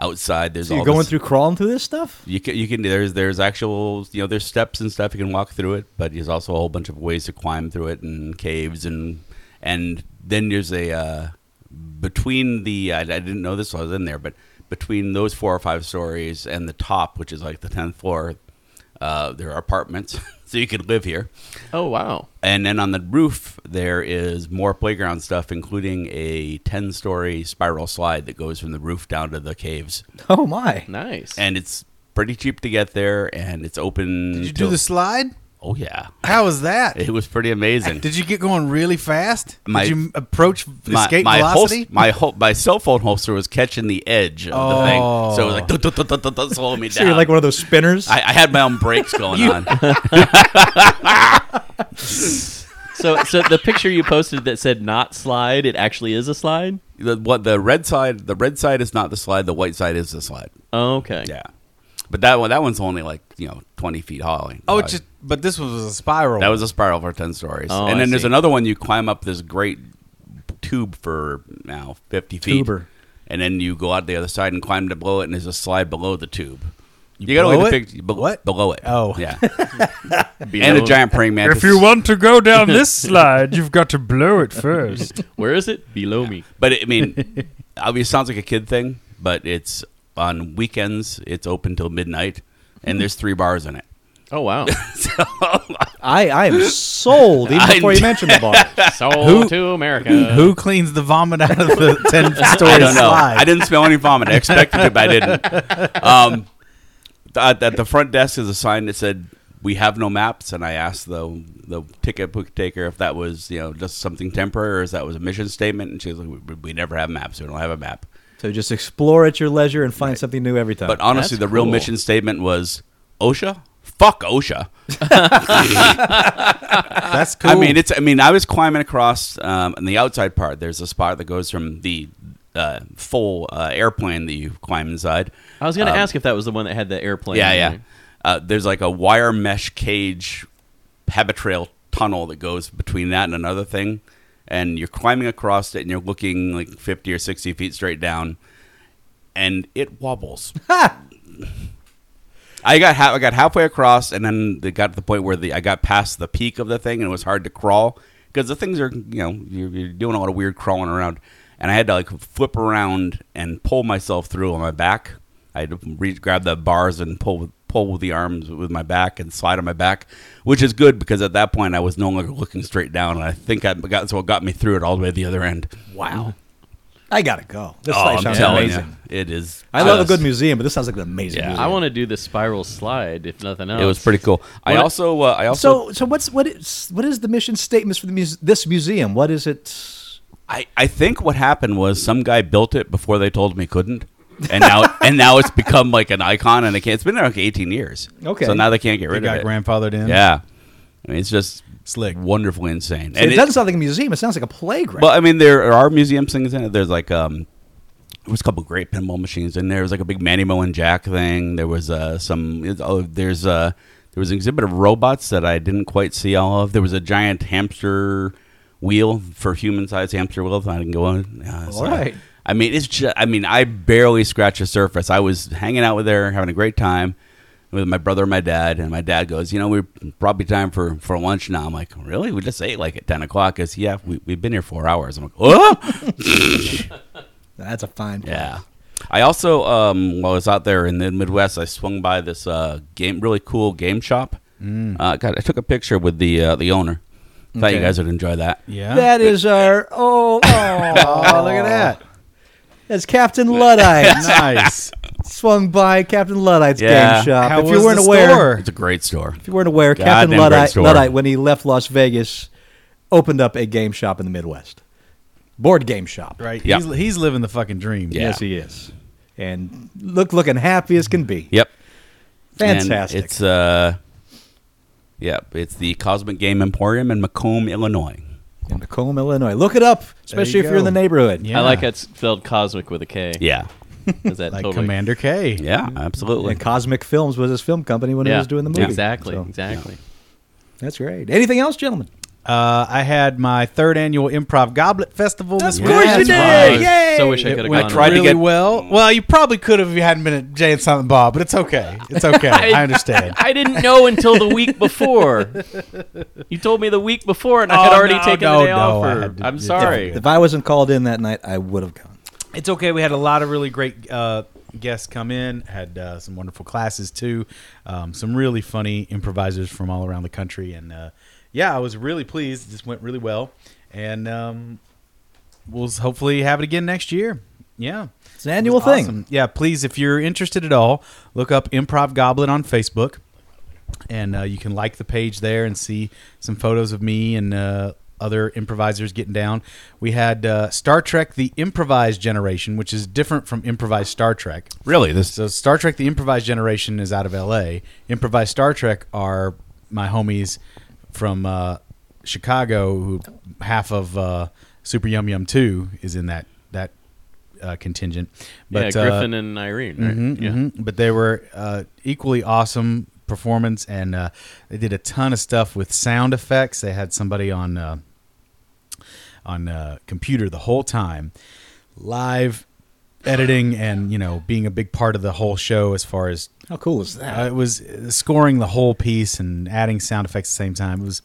D: outside there's
C: so you're
D: all
C: going
D: this-
C: through crawling through this stuff.
D: you can, you can there's there's actual you know there's steps and stuff you can walk through it but there's also a whole bunch of ways to climb through it and caves and and then there's a uh, between the I, I didn't know this while I was in there but between those four or five stories and the top which is like the 10th floor uh, there are apartments so you could live here
E: Oh wow.
D: and then on the roof there is more playground stuff including a 10 story spiral slide that goes from the roof down to the caves
C: Oh my!
E: Nice.
D: and it's pretty cheap to get there and it's open
F: Did you do
D: till-
F: the slide?
D: oh yeah
F: How was that?
D: it was pretty amazing
F: Did you get going really fast?
D: My-
F: Did you approach
D: my,
F: escape
D: my,
F: velocity?
D: holst- my, hol- my cell phone holster was catching the edge of the thing so it was like
F: Oh.
D: "Dut, dut, dut, dut, dut, dut," slowing me
C: So you're
D: down
C: like one of those spinners.
D: I, I had my own brakes going on
E: so so the picture you posted that said not slide, it actually is a slide.
D: the, what the red side the red side is not the slide the white side is the slide
E: Oh, okay.
D: yeah but that one that one's only like you know 20 feet high
F: oh, it's just but this one was a spiral.
D: That was a spiral for ten stories,
E: Oh,
D: and
E: I
D: then there's
E: see.
D: another one you climb up this great tube for now fifty feet,
C: Tuber.
D: and then you go out the other side and climb to below it, and there's a slide below the tube. You,
F: blow
D: look at
F: it?
D: the pic- be-
F: What?
D: below it?
F: Oh.
D: yeah, and a giant praying mantis.
G: want to go down this slide, you've got to blow it first.
E: Where is it? Below me.
D: but it, I mean, obviously, it sounds like a kid thing, but it's on weekends. It's open till midnight, and there's three bars in it. Oh,
E: Oh wow.
D: So
C: I, I am sold even
D: I-
C: before you mentioned the bar.
E: Sold
F: Who-
E: to America.
F: Who cleans the vomit out of the ten
D: I
F: story
D: don't know.
F: slide?
D: I didn't smell any vomit. I expected it, but I didn't. Um, th- at, at the front desk is a sign that said "We have no maps," and I asked the the ticket book taker if that was you know just something temporary or if that was a mission statement, and she was like, "We, we never have maps. We don't have a map."
C: So just explore at your leisure and find something new every time.
D: But honestly, the
E: That's
D: real
E: cool.
D: mission statement was OSHA. Fuck OSHA.
F: That's cool.
D: I mean, it's. I mean, I was climbing across um, on the outside part. There's a spot that goes from the uh, full uh, airplane that you climb inside.
E: I was gonna ask if that was the one that had the airplane.
D: Yeah, yeah. Uh, there's like a wire mesh cage habitrail tunnel that goes between that and another thing, and you're climbing across it, and you're looking like 50 or 60 feet straight down, and it wobbles. I got ha- I got halfway across, and then it got to the point where the I got past the peak of the thing, and it was hard to crawl because the things are you know you're, you're doing a lot of weird crawling around, and I had to like flip around and pull myself through on my back. I had to reach, grab the bars and pull with- pull with the arms with my back and slide on my back, which is good because at that point I was no longer looking straight down, and I think I got so it got me through it all the way to the other end.
C: wow, I gotta go. This
D: Oh,
C: place
D: I'm
C: sounds
D: telling
C: amazing.
D: you, it is.
C: I love a
D: just-
C: good museum, but this sounds like an amazing
D: Yeah.
C: museum.
E: I want to do the spiral slide, if nothing else.
D: It was pretty cool. I
E: What-
D: also uh, I also
C: so so what's what is what is the mission statements for the muse- this museum? What is it?
D: I, I think what happened was some guy built it before they told him he couldn't. And now and now it's become like an icon and they can't it's been there like eighteen years.
C: Okay.
D: So now they can't get
F: you
D: rid
F: got
D: of it.
F: grandfathered in.
D: yeah. I mean it's just
F: Slick.
D: wonderfully insane.
C: it, doesn't sound like a museum. It sounds like a playground.
D: well, I mean there are museum things in it. There's like um there was a couple great pinball machines in there. There was like a big Manny Mo and Jack thing. There was uh, some it's- oh there's uh there was an exhibit of robots that I didn't quite see all of. There was a giant hamster wheel for human sized hamster wheel. I didn't go on. Uh,
C: All right.
D: I mean, it's just, I mean, I barely scratched the surface. I was hanging out with her, having a great time with my brother and my dad. And my dad goes, you know, we're probably time for, for lunch now. I'm like, really? We just ate like at 10 o'clock. Because, yeah, we, we've been here four hours. I'm like, oh,
C: That's a fine. place.
D: yeah. I also, um, while I was out there in the Midwest, I swung by this uh, game, really cool game shop. Uh, God, I took a picture with the uh, the owner. Thought you
C: Mm. Okay.
D: guys would enjoy that.
F: Yeah.
C: That is our oh, oh
F: oh, look at that.
C: that's Captain Luddite
F: Nice.
C: swung by Captain Luddite's
D: Yeah.
C: game shop.
F: How
C: if you
F: was
C: weren't
F: the
C: aware,
F: store?
D: It's a great store.
C: if you weren't aware, Captain
D: Goddamn great
C: Luddite,
D: store.
C: Luddite when he left Las Vegas opened up a game shop in the Midwest, board game shop.
F: Right.
D: Yep.
F: He's, he's living the fucking dream.
D: Yeah.
C: Yes, he is, and look looking happy as can be.
D: Yep. And
C: Fantastic.
D: it's uh Yep, it's the Cosmic Game Emporium in Macomb, Illinois.
C: in Macomb, Illinois. Look it up, especially if
G: you
C: you're in
G: go.
C: the neighborhood.
G: Yeah.
E: I like how it's spelled cosmic with a K.
D: Yeah,
E: Is that
G: like
E: totally?
G: Commander K.
D: yeah, absolutely.
C: And Cosmic Films was his film company when he
E: Yeah,
C: was doing the movie.
E: Exactly,
C: So,
E: exactly.
C: That's great. Anything else, gentlemen?
G: Uh, I had my third annual Improv Goblet Festival. this
C: Of course
G: weekend.
C: you
E: That's
C: did!
E: right.
C: Yay!
E: So wish I could
G: It
E: have
G: went
E: gone.
D: tried
G: really
D: to
E: already.
D: get-
G: well. Well, you probably could have if you hadn't been at Jay and Silent Bob, but it's okay. It's okay. I understand.
E: I didn't know until the week before. you told me the week before, and I had
G: Oh,
E: already
G: no,
E: taken
G: no,
E: the day
G: no,
E: off.
G: I
E: or-
G: had to-
E: I'm
G: it's
E: sorry.
C: If I wasn't called in that night, I would have gone.
G: It's okay. We had a lot of really great uh, guests come in. Had uh, some wonderful classes too. Um, some really funny improvisers from all around the country, and uh, yeah, I was really pleased. This went really well, and um, we'll s- hopefully have it again next year. Yeah,
C: It's an annual thing.
G: Awesome. Yeah, please, if you're interested at all, look up Improv Goblin on Facebook, and uh, you can like the page there and see some photos of me and uh, other improvisers getting down. We had uh, Star Trek: The Improvised Generation, which is different from Improvised Star Trek.
D: really, this
G: So Star Trek: The Improvised Generation is out of L.A. Improvised Star Trek are my homies from uh, Chicago. Who half of uh, Super Yum Yum Two is in that that uh, contingent. But
E: yeah,
G: uh,
E: Griffin and Irene. Right?
G: mhm,
E: yeah.
G: mhm. But they were uh, equally awesome performance, and uh, they did a ton of stuff with sound effects. They had somebody on uh, on uh, computer the whole time, live editing, and you know being a big part of the whole show as far as
C: How cool is that?
G: uh, it was uh, scoring the whole piece and adding sound effects at the same time. It was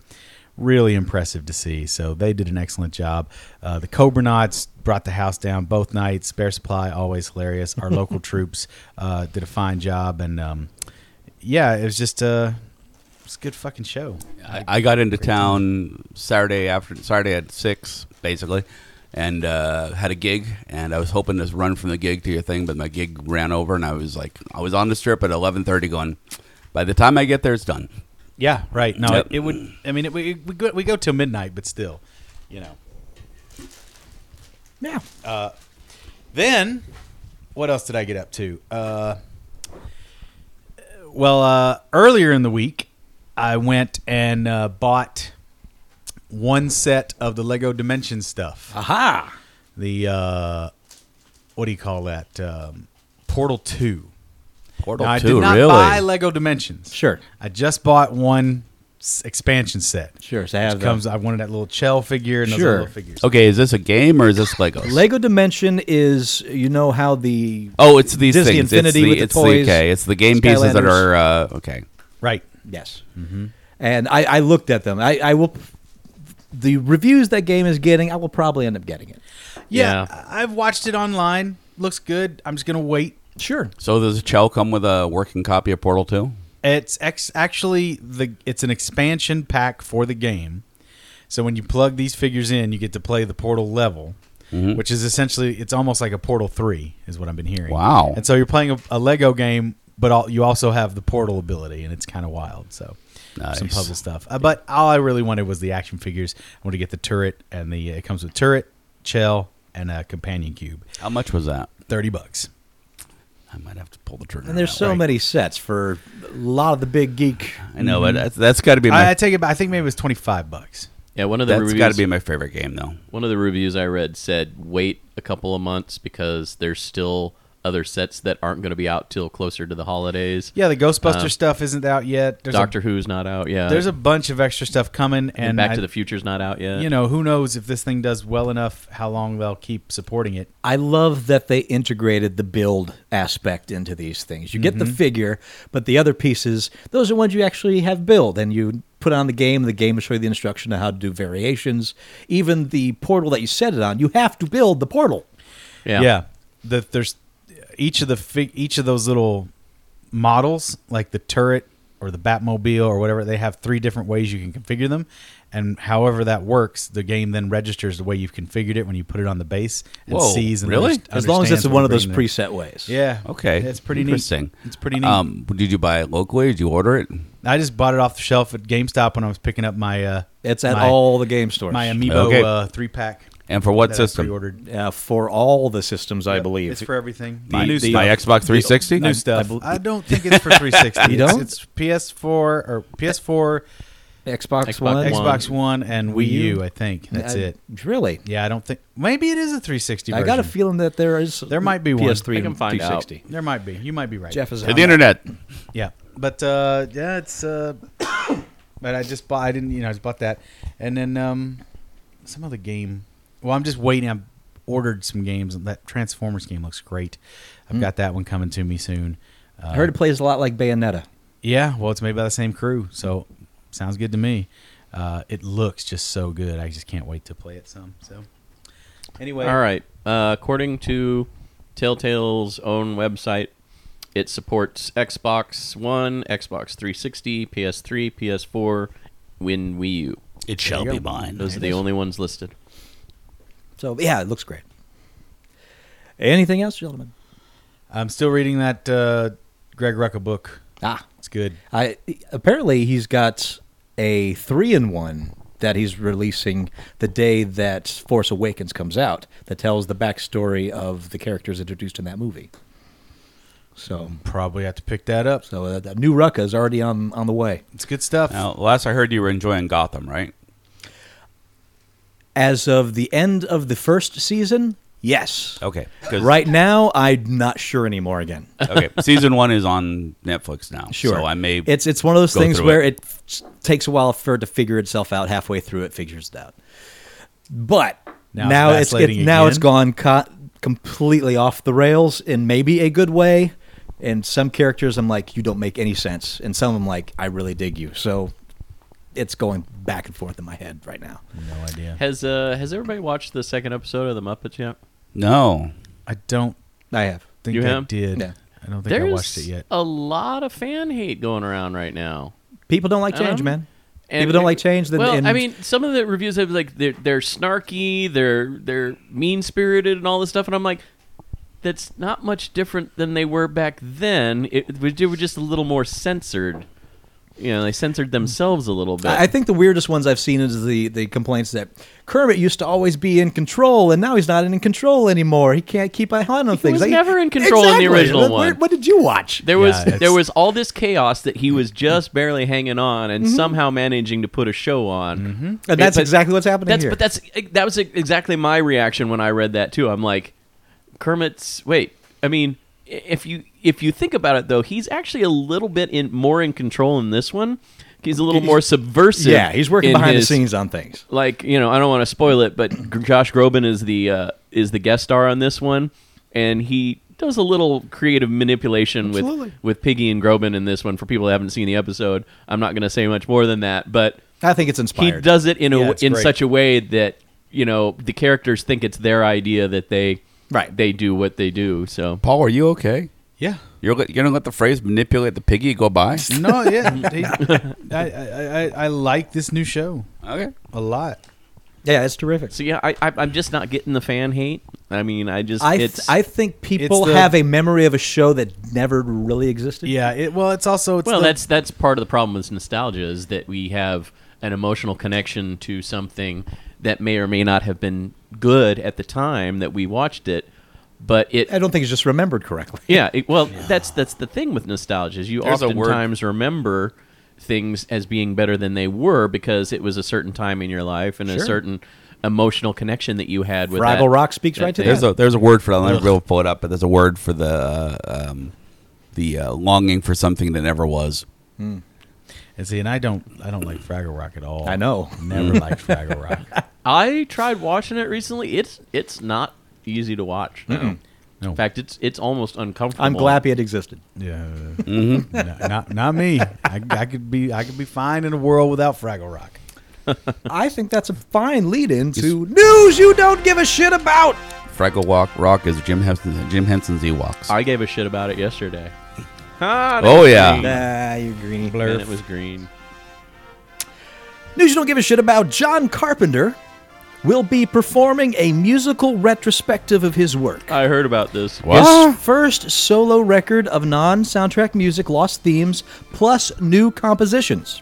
G: really impressive to see. So they did an excellent job. Uh, the Cobranauts brought the house down both nights. Spare Supply always hilarious. Our local troops uh, did a fine job, and um, yeah, it was just uh, it was a good fucking show.
D: I, I got into town Saturday after Saturday at six, basically, and uh, had a gig. And I was hoping to run from the gig to your thing, but my gig ran over, and I was like, I was on the strip at eleven thirty, going. By the time I get there, it's done.
G: Yeah, right. No,
D: Yep.
G: it, it would. I mean, it, we we go, we go till midnight, but still, you know.
C: yeah.
G: Then, what else did I get up to? Uh, well, uh, earlier in the week, I went and uh, bought one set of the Lego Dimension stuff.
D: Uh-huh.
C: Aha!
G: The uh, what do you call that? Um, Portal Two.
D: Portal
G: Now, I
D: two,
G: did not
D: really?
G: buy Lego Dimensions.
C: Sure.
G: I just bought one s- expansion set.
C: Sure, so I
G: Which
C: have that.
G: comes. I wanted that little Chell figure and those
C: Sure.
G: little figures.
D: okay, is this a game or is this Legos?
C: Lego Dimension is, you know how the
D: oh, it's these
C: Disney
D: things.
C: Infinity
D: it's the,
C: with the
D: it's
C: toys,
D: okay, it's the game pieces that
C: Skylanders.
D: are uh, okay.
G: Right.
C: Yes. And I, I looked at them. I, I will. The reviews that game is getting, I will probably end up getting it.
G: Yeah,
E: Yeah.
G: I- I've watched it online. Looks good. I'm just gonna wait.
C: Sure.
D: So does Chell come with a working copy of Portal Two?
G: It's ex- actually the it's an expansion pack for the game. So when you plug these figures in, you get to play the Portal level, which is essentially it's almost like a Portal Three, is what I've been hearing.
D: Wow.
G: And so you're playing a, a Lego game, but all, you also have the Portal ability, and it's kind of wild. So. Some
D: Nice.
G: puzzle stuff, uh, but all I really wanted was the action figures. I wanted to get the turret, and the it comes with turret, shell, and a companion cube.
D: How much was that?
G: Thirty bucks.
D: I might have to pull the trigger. on
C: And there's
D: that
C: so
D: one.
C: many sets for a lot of the big geek.
D: I know, but that's, that's got to be
G: I, I
D: my.
G: take it. back. I think maybe it was twenty five bucks.
E: Yeah, one of the
D: That's
E: reviews.
D: got to be my favorite game, though.
E: One of the reviews I read said, "Wait a couple of months because there's still other sets that aren't going to be out till closer to the holidays."
G: Yeah, the Ghostbuster
E: Uh,
G: stuff isn't out yet. There's
E: Doctor
G: a,
E: Who's not out. Yeah,
G: There's a bunch of extra stuff coming, and,
E: and Back
G: I-
E: to the Future's not out yet.
G: You know, who knows if this thing does well enough? How long they'll keep supporting it?
C: I love that they integrated the build aspect into these things. You get
G: Mm-hmm.
C: the figure, but the other pieces, those are ones you actually have build and you put on the game. The game will show you the instruction on how to do variations. Even the portal that you set it on, you have to build the portal.
E: yeah,
G: The, there's each of the fig, each of those little models, like the turret or the Batmobile or whatever. They have three different ways you can configure them, and however that works, the game then registers the way you've configured it when you put it on the base and
D: Whoa,
G: sees and
D: really?
G: underst-
C: As long as
G: understands
C: it's
G: what
C: one
G: we're
C: of those
G: bringing in.
C: preset ways.
G: Yeah.
D: Okay,
G: It's pretty
D: interesting.
G: neat. It's pretty neat.
D: Um, did you buy it locally? Or did you order it?
G: I just bought it off the shelf at GameStop when I was picking up my. Uh,
C: It's at
G: my-
C: all the game stores.
G: my Amiibo
D: Okay.
G: uh, three pack.
D: And for what system?
G: Pre-ordered.
C: uh, for all the systems, I believe.
G: It's for everything.
D: My,
G: new
D: my Xbox 360.
G: New stuff. I, don't think it's for 360.
C: You
G: It's-
C: don't?
G: It's, PS4 or PS4,
C: Xbox,
E: Xbox
C: One.
E: One.
G: Xbox One and Wii U, I think. That's
C: I-
G: it.
C: Really?
G: Yeah, I don't think. Maybe it is a 360
C: I got a
G: version.
C: feeling that there is.
G: There might be one.
C: PS3
E: I can
C: and
E: find out.
C: 360.
G: There might be. You might be right.
C: Jeff is
D: To the internet.
G: Yeah, but uh, yeah, it's. Uh, but I just bought. I didn't. You know, I just bought that, and then um, some other game. Well, I'm just waiting. I've ordered some games. and That Transformers game looks great. I've got that one coming to me soon. Uh,
C: I heard it plays a lot like Bayonetta.
G: Yeah, well, it's made by the same crew, so sounds good to me. Uh, it looks just so good. I just can't wait to play it some. So anyway,
E: All right. Uh, according to Telltale's own website, it supports Xbox One, Xbox 360, PS3, PS4, Win Wii U.
D: It shall be mine.
E: Those are the only ones listed.
C: So yeah, it looks great. Anything else, gentlemen?
G: I'm still reading that uh, Greg Rucka book.
C: Ah,
G: It's good.
C: I apparently he's got a three in one that he's releasing the day that Force Awakens comes out that tells the backstory of the characters introduced in that movie. So,
G: Probably have to pick that up.
C: so uh, that new Rucka is already on on the way.
G: It's good stuff.
D: Now, last I heard, you were enjoying Gotham, right?
C: As of the end of the first season, yes.
D: Okay. 'cause-
C: Right now, I'm not sure anymore. Again,
D: okay. Season one is on Netflix now.
C: sure.
D: So I may.
C: It's it's one of those
D: go
C: things
D: through
C: where it.
D: it.
C: f takes a while for it to figure itself out. Halfway through, it figures it out. But
G: Now
C: now,
G: it's
C: it's, it,
G: vacillating
C: now it's
G: again?
C: gone co- completely off the rails in maybe a good way. And some characters, I'm like, you don't make any sense, and some I'm like, I really dig you. So it's going back and forth in my head right now.
G: No idea.
E: Has uh, has everybody watched the second episode of the Muppets yet?
D: no.
G: I don't
C: I have.
G: think
E: You
G: I
E: have?
G: did.
C: Yeah.
G: I don't think
E: There's
G: I watched it yet.
E: a lot of fan hate going around right now.
C: People don't like change,
E: Um,
C: man.
E: And-
C: People don't like change. Then
E: well,
C: and
E: I mean, some of the reviews have like they're they're snarky, they're they're mean spirited, and all this stuff. And I'm like, that's not much different than they were back then. It, it was- they were just a little more censored. You know, they censored themselves a little bit.
C: I I think the weirdest ones I've seen is the, the complaints that Kermit used to always be in control, and now he's not in control anymore. He can't keep a hand on things.
E: was
C: Like,
E: never in control in the original
C: What-
E: one.
C: What, what did you watch?
E: there was
G: it's-
E: there was all this chaos that he was just barely hanging on and somehow managing to put a show on. Mm-hmm.
C: And that's exactly what's happening
E: that's
C: here.
E: but that's e, that was exactly my reaction when I read that too. I'm like, Kermit's wait. I mean, i- if you if you think about it though, he's actually a little bit in more in control in this one. He's a little more subversive.
C: yeah, he's working
E: in
C: behind
E: his-
C: the scenes on things.
E: Like you know, I don't want to spoil it, but Gr- Josh Groban is the uh, is the guest star on this one, and he does a little creative manipulation
C: Absolutely.
E: with with Piggy and Groban in this one. For people who haven't seen the episode, I'm not going to say much more than that, but
C: I think it's
E: he
C: inspired.
E: does it in a
G: Yeah, it's
E: in
G: great.
E: such a way that you know the characters think it's their idea that they
C: Right.
E: they do what they do. So
D: Paul, are you okay?
G: Yeah.
D: You're, go- you're going to let the phrase manipulate the piggy go by?
G: No, yeah. They- I, I, I, I like this new show
D: okay.
G: a lot.
C: Yeah, it's terrific.
E: so yeah, I, I I'm just not getting the fan hate. I mean, I just
C: I, th-
E: it's
C: I think people
G: the-
C: have a memory of a show that never really existed.
G: Yeah. It, well, it's also it's
E: well
G: the-
E: that's that's part of the problem with nostalgia is that we have an emotional connection to something that may or may not have been good at the time that we watched it, but it
C: I don't think it's just remembered correctly.
E: Yeah, it, well, that's that's the thing with nostalgia. Is you
D: There's a word-
E: oftentimes remember things as being better than they were because it was a certain time in your life and a certain emotional connection that you had with
C: Rival
E: that-
C: Rock speaks
E: that
C: right to
E: thing.
C: that.
D: There's a there's a word for that. I'll never be able to pull it up, but there's a word for the uh, um, the uh, longing for something that never was.
G: and see, and I don't I don't like Fraggle Rock at all.
C: I know.
G: Never
E: Mm.
G: liked Fraggle Rock.
E: I tried watching it recently. It's it's not easy to watch. Now.
G: No.
E: In fact, it's it's almost uncomfortable.
C: I'm glad it existed.
G: Yeah.
E: Mm-hmm.
G: No, not not me. I, I could be I could be fine in a world without Fraggle Rock.
C: I think that's a fine lead in to news you don't give a shit about.
D: Fraggle Walk Rock is Jim Henson Jim Henson's Ewoks.
E: I gave a shit about it yesterday. Ah,
D: oh yeah.
C: Ah, you greeny
E: and it was green.
C: News you don't give a shit about John Carpenter will be performing a musical retrospective of his work.
E: I heard about this.
D: What?
C: His first solo record of non soundtrack music, lost themes, plus new compositions.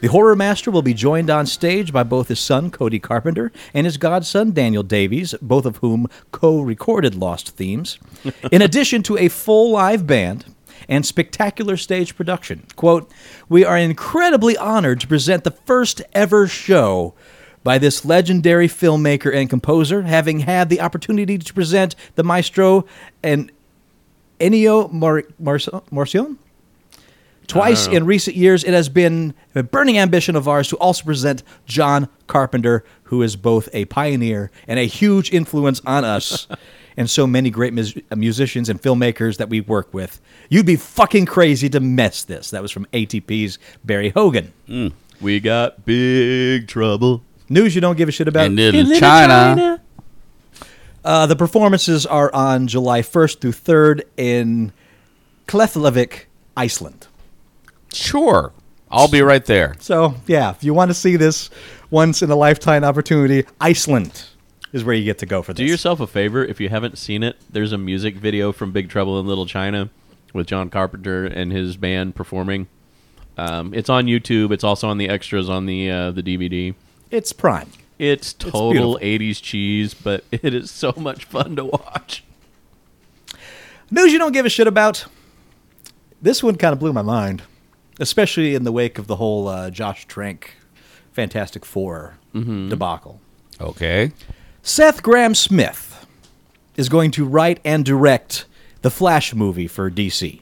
C: The horror master will be joined on stage by both his son, Cody Carpenter, and his godson, Daniel Davies, both of whom co recorded Lost Themes, in addition to a full live band and spectacular stage production. Quote, We are incredibly honored to present the first ever show by this legendary filmmaker and composer, having had the opportunity to present the maestro and Ennio Mor- Morricone? Twice in recent years, it has been a burning ambition of ours to also present John Carpenter, who is both a pioneer and a huge influence on us and so many great mus- musicians and filmmakers that we work with. You'd be fucking crazy to mess this. That was from ATP's Barry Hogan.
E: We got big trouble.
C: News you don't give a shit about.
D: And in China,
C: Uh, the performances are on July 1st through 3rd in Kleflavik, Iceland.
D: sure, I'll be right there.
C: So yeah, if you want to see this once in a lifetime opportunity, Iceland is where you get to go for this.
E: Do yourself a favor if you haven't seen it. There's a music video from Big Trouble in Little China with John Carpenter and his band performing. Um, it's on YouTube. It's also on the extras on the uh, the DVD.
C: it's prime.
E: It's total
C: beautiful.
E: 80s cheese, but it is so much fun to watch.
C: News you don't give a shit about. This one kind of blew my mind, especially in the wake of the whole uh, Josh Trank Fantastic 4 debacle.
D: Okay,
C: Seth Graham Smith is going to write and direct the Flash movie for DC,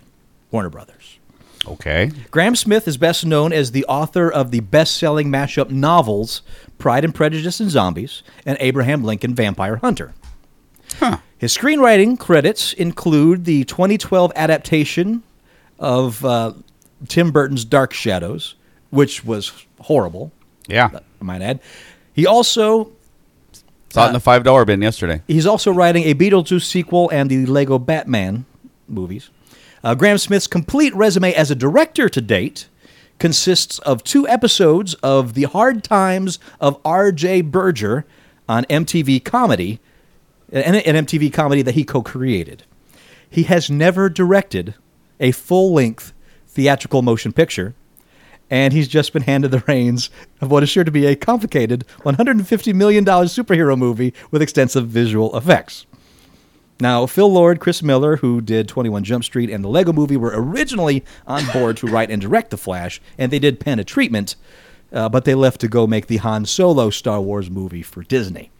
C: Warner Brothers.
D: okay.
C: Graham Smith is best known as the author of the best selling mashup novels Pride and Prejudice and Zombies and Abraham Lincoln Vampire Hunter. His screenwriting credits include the 2012 adaptation of uh, Tim Burton's Dark Shadows, which was horrible,
D: Yeah,
C: I might add. He also
D: saw it in the five dollar bin yesterday.
C: He's also writing a Beetlejuice sequel and the Lego Batman movies. Uh, Graham Smith's complete resume as a director to date consists of two episodes of The Hard Times of R.J. Berger on MTV Comedy, an, an MTV comedy that he co created. He has never directed a full length theatrical motion picture, and he's just been handed the reins of what is sure to be a complicated $150 million superhero movie with extensive visual effects. Now, Phil Lord, Chris Miller, who did 21 Jump Street and the Lego movie, were originally on board to write and direct The Flash, and they did pen a treatment, uh, but they left to go make the Han Solo Star Wars movie for Disney.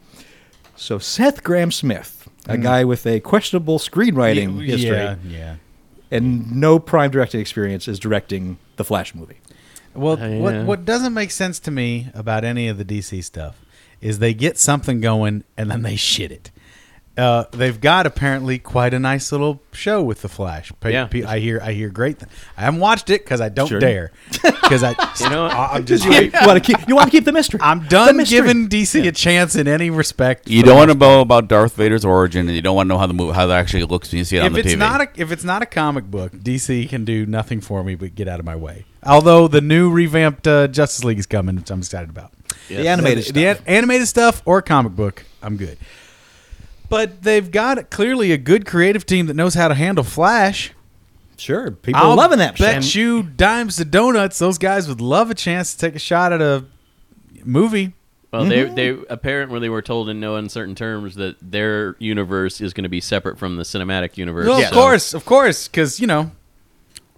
C: So, Seth Graham Smith, a guy with a questionable screenwriting history
F: Mm. Yeah, yeah.
C: and no prime directing experience, is directing The Flash movie.
G: Well,
E: Uh, yeah.
G: what what doesn't make sense to me about any of the DC stuff is they get something going and then they shit it. Uh, they've got apparently quite a nice little show with the Flash. Pe-
E: Yeah.
G: pe- I hear I hear great. Th- I haven't watched it because I don't
C: Sure.
G: dare. Because I,
E: You know,
G: I'm just
C: you want to keep you want to keep the mystery.
G: I'm
C: The
G: done
C: mystery.
G: giving DC a chance in any respect.
D: You
G: for
D: don't
G: the
D: want to know about Darth Vader's origin, and you don't want to know how the movie, how that actually looks when you see it on
G: if
D: the
G: it's
D: TV.
G: not a if it's not a comic book, DC can do nothing for me but get out of my way. Although the new revamped uh, Justice League is coming, which I'm excited about.
C: the animated
G: the,
C: stuff.
G: the an- animated stuff or comic book, I'm good. But they've got clearly a good creative team that knows how to handle Flash.
C: sure, people are loving that.
G: Bet
C: shit.
G: you dimes to donuts, those guys would love a chance to take a shot at a movie.
E: Well,
G: Mm-hmm.
E: they they apparently were told in no uncertain terms that their universe is going to be separate from the cinematic universe.
G: Well,
E: so-
G: Of course, of course, because you know,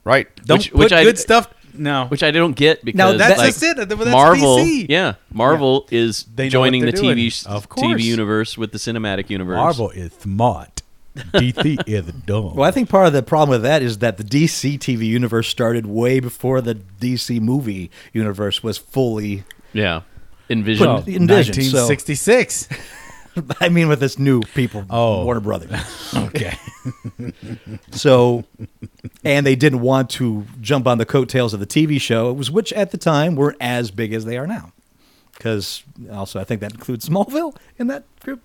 D: right.
G: don't
E: Which-
G: put
E: which I-
G: good stuff. No,
E: which I don't get because
G: Now, that's
E: like,
G: just it. That's
E: Marvel,
G: DC.
E: yeah, Marvel is
G: They know what
E: joining the
G: they're doing.
E: TV
G: Of
E: TV
G: course.
E: universe with the cinematic universe.
G: Marvel is smart. DC is dumb.
C: Well, I think part of the problem with that is that the DC TV universe started way before the DC movie universe was fully
E: yeah, envisioned.
C: Well, envisioned. So,
G: 1966.
C: I mean, with this new people,
G: Oh.
C: Warner Brothers.
G: okay.
C: So, and they didn't want to jump on the coattails of the TV show, was which at the time were as big as they are now. Because also, I think that includes Smallville in that group.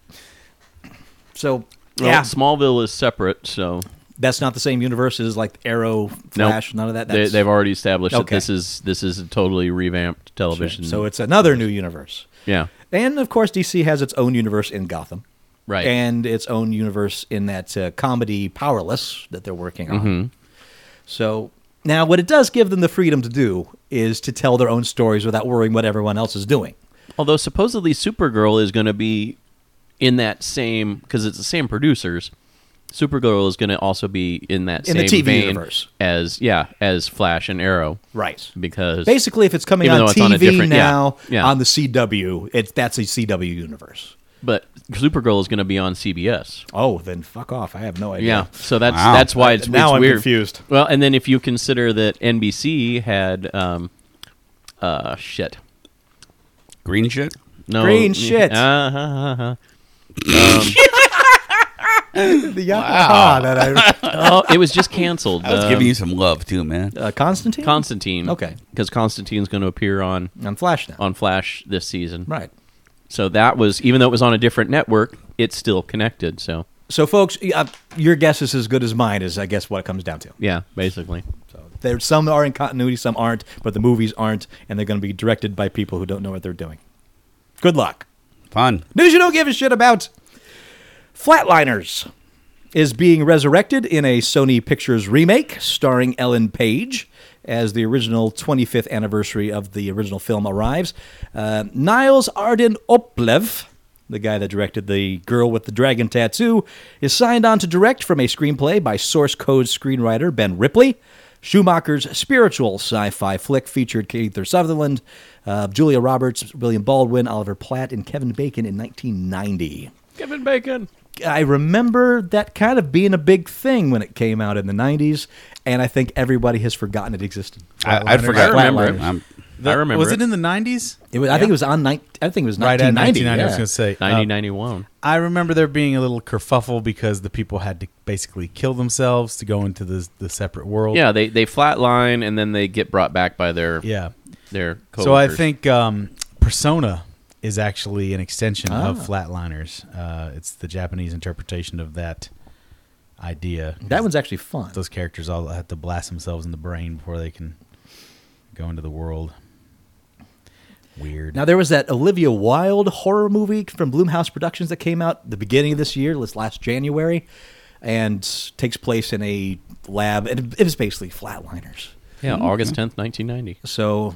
C: So,
E: Well,
C: yeah,
E: Smallville is separate, so
C: that's not the same universe as like Arrow,
E: no,
C: Flash, none of that.
E: They,
C: That's,
E: they've already established
C: Okay.
E: that this is this is a totally revamped television.
C: so it's another new universe.
E: yeah,
C: And of course, DC has its own universe in Gotham,
E: Right.
C: And its own universe in that uh, comedy Powerless that they're working on.
E: Mm-hmm.
C: So now, what it does give them the freedom to do is to tell their own stories without worrying what everyone else is doing.
E: although supposedly Supergirl is going to be in that same because it's the same producers, Supergirl is going to also be in that
C: In
E: same
C: the TV
E: vein
C: universe.
E: as yeah as Flash and Arrow
C: Right.
E: because
C: Basically, if it's coming
E: Even
C: on
E: though it's
C: TV
E: on a different- yeah,
C: now
E: yeah.
C: on the CW, it's that's a CW universe.
E: but Supergirl is going to be on CBS.
C: Oh, then fuck off. I have no idea.
E: Yeah, so that's
D: Wow.
E: that's why it's
C: Now
E: it's
C: I'm
E: weird.
C: confused.
E: Well, and then if you consider that NBC had um, uh shit.
D: Green shit.
E: No,
C: Green
E: mm,
C: shit.
E: ah, ha, ha, ha.
C: The Yamaha that I,
E: Oh, it was just canceled.
D: I was
E: um,
D: giving you some love too, man.
C: uh, Constantine
E: Constantine.
C: Okay.
E: Because Constantine's going to appear on
C: on Flash now.
E: on Flash this season.
C: Right.
E: So that was even though it was on a different network, it's still connected. So
C: So, folks, y- uh, your guess is as good as mine. Is I guess what it comes down to.
E: yeah, basically.
C: So there, some are in continuity, some aren't, but the movies aren't, and they're going to be directed by people who don't know what they're doing. Good luck.
D: Fun.
C: News you don't give a shit about. Flatliners is being resurrected in a Sony Pictures remake starring Ellen Page as the original 25th anniversary of the original film arrives. Uh, Niles Arden Oplev, the guy that directed The Girl with the Dragon Tattoo, is signed on to direct from a screenplay by Source Code screenwriter Ben Ripley. Schumacher's spiritual sci-fi flick featured Keith Sutherland, uh, Julia Roberts, William Baldwin, Oliver Platt, and Kevin Bacon in 1990.
E: Kevin Bacon.
C: I remember that kind of being a big thing when it came out in the 90s, and I think everybody has forgotten it existed.
D: I, I'd forgotten.
E: I remember it.
D: I'm-
E: I remember.
G: Was it in the 90s?
C: It was, I think it was on. Ni- I think it was
G: Right at
C: 1990.
G: 1990, I was
C: yeah.
G: going to say. uh,
E: 1991?
G: I remember there being a little kerfuffle because the people had to basically kill themselves to go into the the separate world.
E: yeah, they they flatline and then they get brought back by their
G: yeah.
E: their. Coworkers.
G: So I think um, Persona is actually an extension of Flatliners. Uh, it's the Japanese interpretation of that idea.
C: That one's actually fun.
G: those characters all have to blast themselves in the brain before they can go into the world. Weird.
C: Now there was that Olivia Wilde horror movie from Bloomhouse Productions that came out the beginning of this year, this last January, and takes place in a lab, and it was basically flatliners.
E: yeah, August tenth, nineteen ninety.
C: So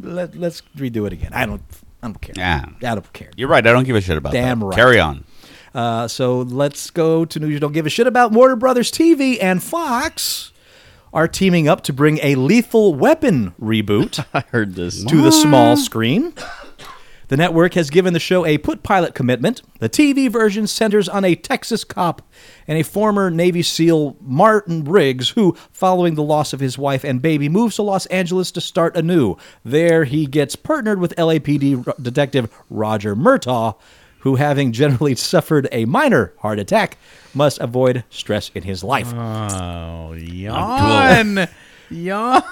C: let, let's redo it again. I don't, I don't care.
D: Yeah.
C: I don't care.
D: You're right. I don't give a shit about
C: Damn
D: that.
C: right.
D: Carry on.
C: Uh, so let's go to news you don't give a shit about. Warner Brothers TV and Fox are teaming up to bring a Lethal Weapon reboot
E: I heard this.
C: to the small screen. The network has given the show a put pilot commitment. The TV version centers on a Texas cop and a former Navy SEAL, Martin Riggs, who, following the loss of his wife and baby, moves to Los Angeles to start anew. There, he gets partnered with LAPD r- detective Roger Murtaugh, who, having generally suffered a minor heart attack, must avoid stress in his life.
G: oh, yawn. Yawn.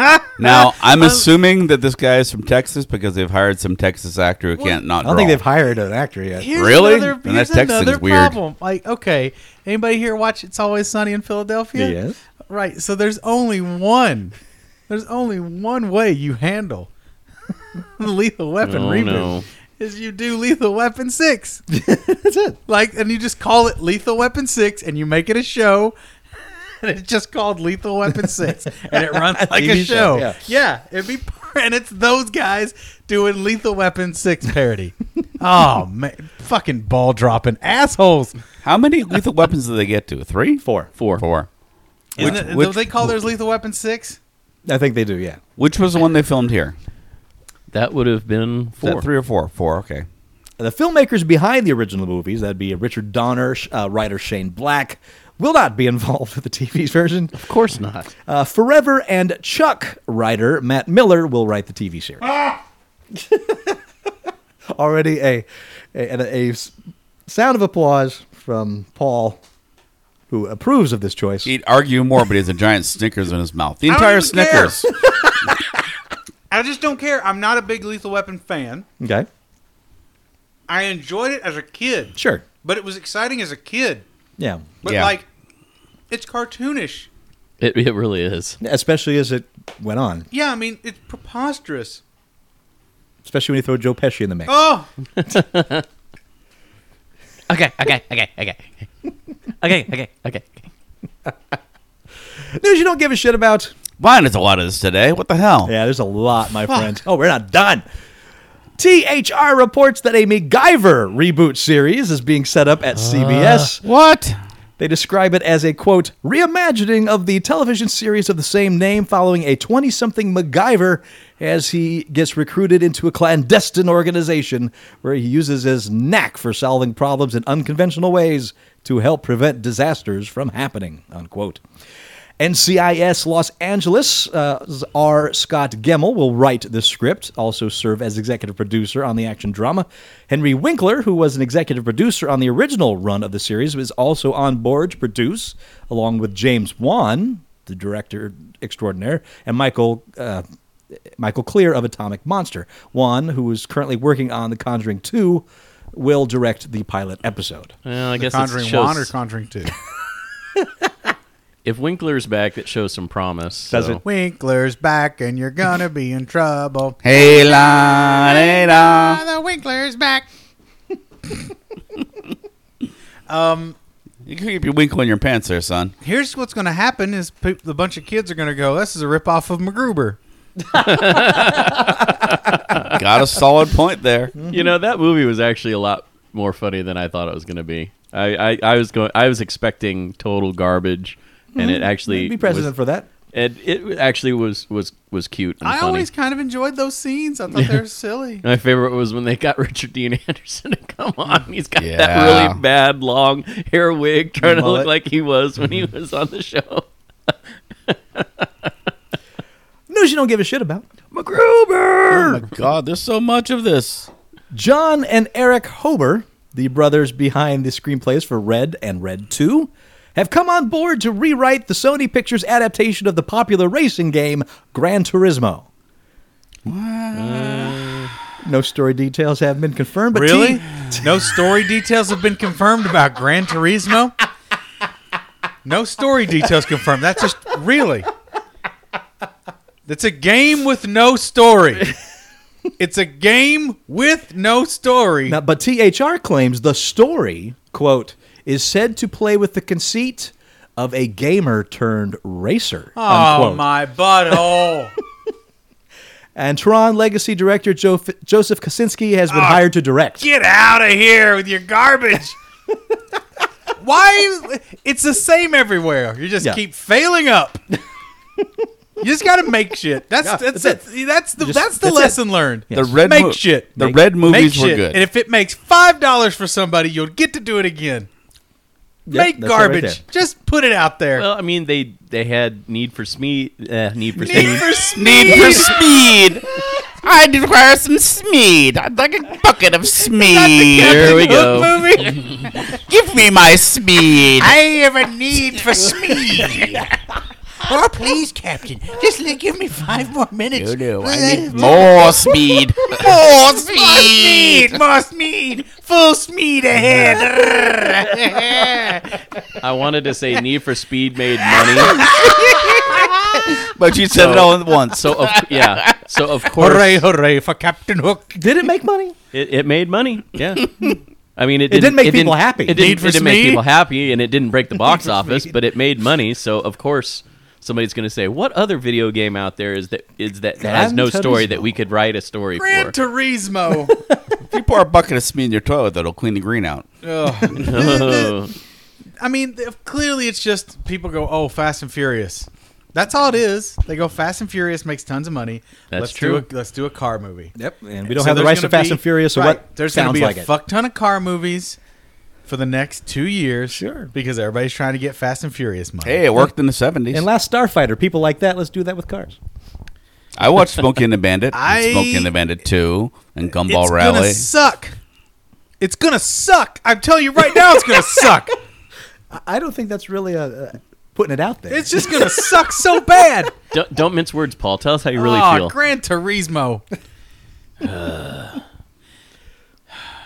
D: Now I'm assuming that this guy is from Texas because they've hired some Texas actor who can't not.
C: I don't think they've hired an actor yet.
G: Here's
D: Really?
G: Another,
D: And
G: here's
D: that Texan's
G: another
D: weird.
G: problem. Like, okay, anybody here watch It's Always Sunny in Philadelphia?
C: Yes.
G: Right. So there's only one. There's only one way you handle the Lethal Weapon
E: Oh,
G: reboot
E: no.
G: is you do Lethal Weapon Six. That's it. Like, and you just call it Lethal Weapon Six, and you make it a show. And it's just called Lethal Weapon Six, and it runs like a
C: TV show,
G: show.
C: yeah.
G: Yeah, it'd be and it's those guys doing Lethal Weapon six parody. oh man, fucking ball dropping assholes.
D: How many lethal weapons do they get to? Three, four, four, four.
G: Isn't
D: Which-
G: it-
D: which-
G: don't they call theirs Lethal Weapon six?
C: I think they do, yeah.
D: Which was the one they filmed here?
E: That would have been
D: Is that
E: four.
D: three or four? Four. Okay.
C: The filmmakers behind the original movies, that'd be Richard Donner, sh- uh, writer Shane Black, will not be involved with the TV's version.
E: Of course not.
C: Uh, Forever and Chuck writer Matt Miller will write the TV series. Already a, a, a, a s- sound of applause from Paul, who approves of this choice.
D: He'd argue more, but he has a giant Snickers in his mouth. The entire
G: even care.
D: Snickers.
G: I just don't care. I'm not a big Lethal Weapon fan.
C: Okay,
G: I enjoyed it as a kid,
C: sure,
G: but it was exciting as a kid.
C: yeah.
G: But
D: Yeah.
G: like, it's cartoonish.
E: It, it really is.
C: Especially as it went on,
G: Yeah, I mean, it's preposterous.
C: especially when you throw Joe Pesci in the mix.
G: Oh,
E: Okay, okay, okay, okay. okay, okay, okay.
C: News you don't give a shit about.
D: Mine is a lot of this today. What the hell?
C: Yeah, there's a lot, my friend. Oh, we're not done. THR Uh, reports that a MacGyver reboot series is being set up at CBS.
D: What?
C: They describe it as a quote reimagining of the television series of the same name, following a twenty-something MacGyver as he gets recruited into a clandestine organization where he uses his knack for solving problems in unconventional ways to help prevent disasters from happening. Unquote. NCIS Los Angeles, uh, R. Scott Gemmel will write the script, also serve as executive producer on the action drama. Henry Winkler, who was an executive producer on the original run of the series, was also on board to produce, along with James Wan, the director extraordinaire, and Michael. Uh, Michael Clear of Atomic Monster. Wan, who is currently working on The Conjuring 2, will direct the pilot episode.
E: Well, I guess
G: Conjuring
E: it
G: One or
E: shows,
G: Conjuring Two?
E: if Winkler's back, that shows some promise.
C: Does
E: so.
C: it?
G: Winkler's back, and you're gonna be in trouble.
D: Hey la, hey la.
G: the Winkler's back.
D: You can keep your winkle in your pants there, son.
G: Here's what's gonna happen: is pe- the bunch of kids are gonna go. This is a ripoff of MacGruber.
D: Got a solid point there.
E: You know that movie was actually a lot more funny than I thought it was going to be. I, I, I was going I was expecting total garbage, and it actually
C: Be president
E: was,
C: for that.
E: It it actually was was was cute. And
G: I
E: funny.
G: always kind of enjoyed those scenes. I thought they were silly.
E: My favorite was when they got Richard Dean Anderson to come on. He's got that
D: Yeah.
E: really bad long hair wig, trying to look
C: Mullet.
E: like he was when he was on the show.
C: News you don't give a shit about.
D: Oh my god, there's so much of this.
C: John and Eric Hober, the brothers behind the screenplays for Red and Red 2, have come on board to rewrite the Sony Pictures adaptation of the popular racing game Gran Turismo. No story details have been confirmed, but
G: Really?
C: T-
G: no story details have been confirmed about Gran Turismo. No story details confirmed. That's just really. It's a game with no story. It's a game with no story.
C: Now, but THR claims the story, quote, is said to play with the conceit of a gamer turned racer.
G: oh
C: unquote.
G: my butthole!
C: And Tron Legacy director jo- Joseph Kosinski has
G: Ah.
C: been hired to direct.
G: Get out of here with your garbage. Why? It's the same everywhere. You just
C: Yeah.
G: keep failing up. you just got to make shit. That's
C: that's
G: that's that's, that's the
C: just-
G: that's the
C: that's it.
G: lesson learned.
C: Yes.
D: The red
G: Make
D: mo-
G: shit.
D: The
G: Make-
D: red
G: Make
D: movies were
G: shit,
D: good.
G: and if it makes five dollars for somebody, you'll get to do it again.
C: Yep,
G: make
C: that's it right
G: garbage.
C: there.
G: just put it out there.
E: Well, I mean they they had Need for Speed, uh, Need for
G: Need
E: Speed.
G: for Speed.
D: Need for speed. I require some speed. I'd like a bucket of
E: Here
D: speed.
E: we go.
G: Hook movie.
D: Give me my speed.
G: I have a need for speed.
H: Oh, please, Captain, just li- give me five more minutes.
D: I need more speed. More speed.
G: More speed. Full speed ahead.
E: I wanted to say Need for Speed made money,
D: But you said it all at once.
E: so of, yeah, so of course
G: Hooray, hooray for Captain Hook.
C: Did it make money?
E: It, it made money. Yeah. I mean, it,
C: didn't make people happy.
E: It
G: Need
E: didn't,
G: for
E: it didn't make
G: Speed?
E: people happy, and it didn't break the box office, but it made money. So of course, somebody's going to say, "What other video game out there is that is that has
C: Gran
E: no story
C: Turismo.
E: that we could write a story
G: Gran
E: for?"
G: Turismo.
D: If you pour a bucket of speed in your toilet, that'll clean the green out.
G: Ugh.
E: Oh.
G: I mean, th- clearly it's just people go, oh, Fast and Furious. That's all it is. They go, Fast and Furious makes tons of money.
E: That's
G: let's
E: true.
G: Do a, let's do a car movie.
C: Yep. And we don't
G: So
C: have the
G: there's
C: rights to
G: gonna
C: Fast
G: be-
C: and Furious, so
G: right,
C: what?
G: There's
C: sounds
G: going to be
C: like
G: a
C: it.
G: fuck ton of car movies for the next two years.
C: Sure.
G: Because everybody's trying to get Fast and Furious money.
D: Hey, it worked in the 70s.
C: And Last Starfighter, people like that. Let's do that with cars.
D: I watched Smokey and the Bandit,
G: I-
D: and Smokey and the Bandit 2, and Gumball
G: it's
D: Rally.
G: gonna suck. It's gonna suck. I'm telling you right now, it's gonna suck.
C: I- I don't think that's really a, uh, putting it out there.
G: It's just gonna suck so bad.
E: don't, don't mince words, Paul. Tell us how you really
G: Aw,
E: feel.
G: Gran Turismo.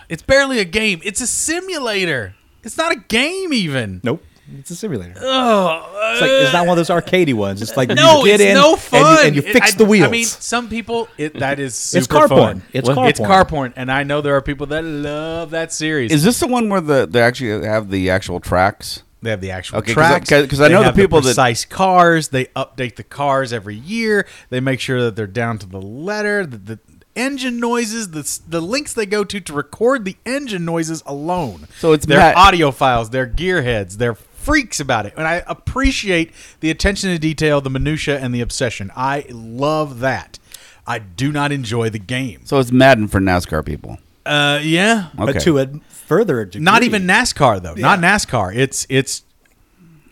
G: it's barely a game. It's a simulator. It's not a game even.
C: nope. It's a simulator.
G: Oh,
C: It's, like, it's not one of those arcadey ones. It's like
G: no,
C: you get
G: it's
C: in
G: no
C: and you-
G: fun.
C: and you,
G: It-
C: fix
G: I-
C: the wheels.
G: I mean, some people it that is super
C: it's car
G: fun.
C: porn. It's car
G: It's
C: porn.
G: car porn, and I know there are people that love that series.
D: Is this the one where the they actually have the actual tracks?
G: They have the actual
D: Okay, 'cause I-
G: tracks
D: 'cause- 'cause I
G: They
D: know the
G: have
D: people that-
G: precise cars. They update the cars every year. They make sure that they're down to the letter. The, the engine noises, the s- the links they go to to record the engine noises alone.
D: So it's
G: their
D: Matt-
G: audio files, their gearheads, their freaks about it. And I appreciate the attention to detail, the minutia, and the obsession. I love that. I do not enjoy the game.
D: So it's Madden for NASCAR people.
G: Uh, yeah.
D: Okay.
C: But to a further degree.
G: Not even NASCAR though. Not NASCAR. It's it's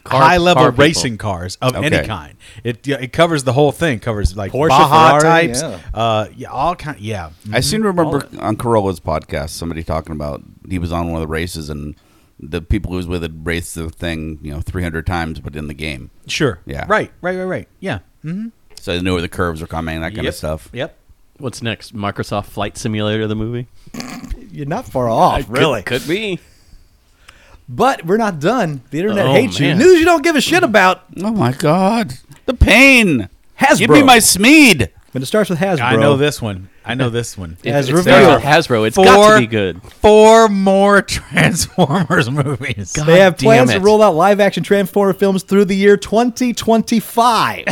D: Car-
G: high level
D: car people.
G: racing cars of any
D: Okay.
G: kind. It yeah, it covers the whole thing. Covers like
C: Porsche,
G: Baja
C: Ferrari,
G: types.
C: yeah.
G: Uh, yeah, all kind. Yeah,
D: I seem to
G: Mm-hmm.
D: remember on Corolla's podcast somebody talking about he was on one of the races and the people who was with had raced the thing you know 300 times, but in the game,
G: sure.
D: Yeah.
G: Right. Right. Right. Right. Yeah. Mm-hmm.
D: so they knew where the curves were coming, that kind of stuff.
G: Yep.
E: What's next? Microsoft Flight Simulator, the movie.
C: You're not far off, really.
E: Could be.
C: But we're not done. The internet
E: Oh,
C: hates
E: man.
C: you. News you don't give a shit about.
D: Oh my god, the pain!
C: Hasbro.
D: Give me my Smeed.
C: But it starts with Hasbro.
G: I know this one. I know this one.
E: If
C: As
E: it's there
C: revealed.
E: on Hasbro. It's got
G: Four-
E: to be good.
G: Four more Transformers movies.
C: They have
E: damn
C: plans
E: it.
C: to roll out live action Transformer films through the year 2025.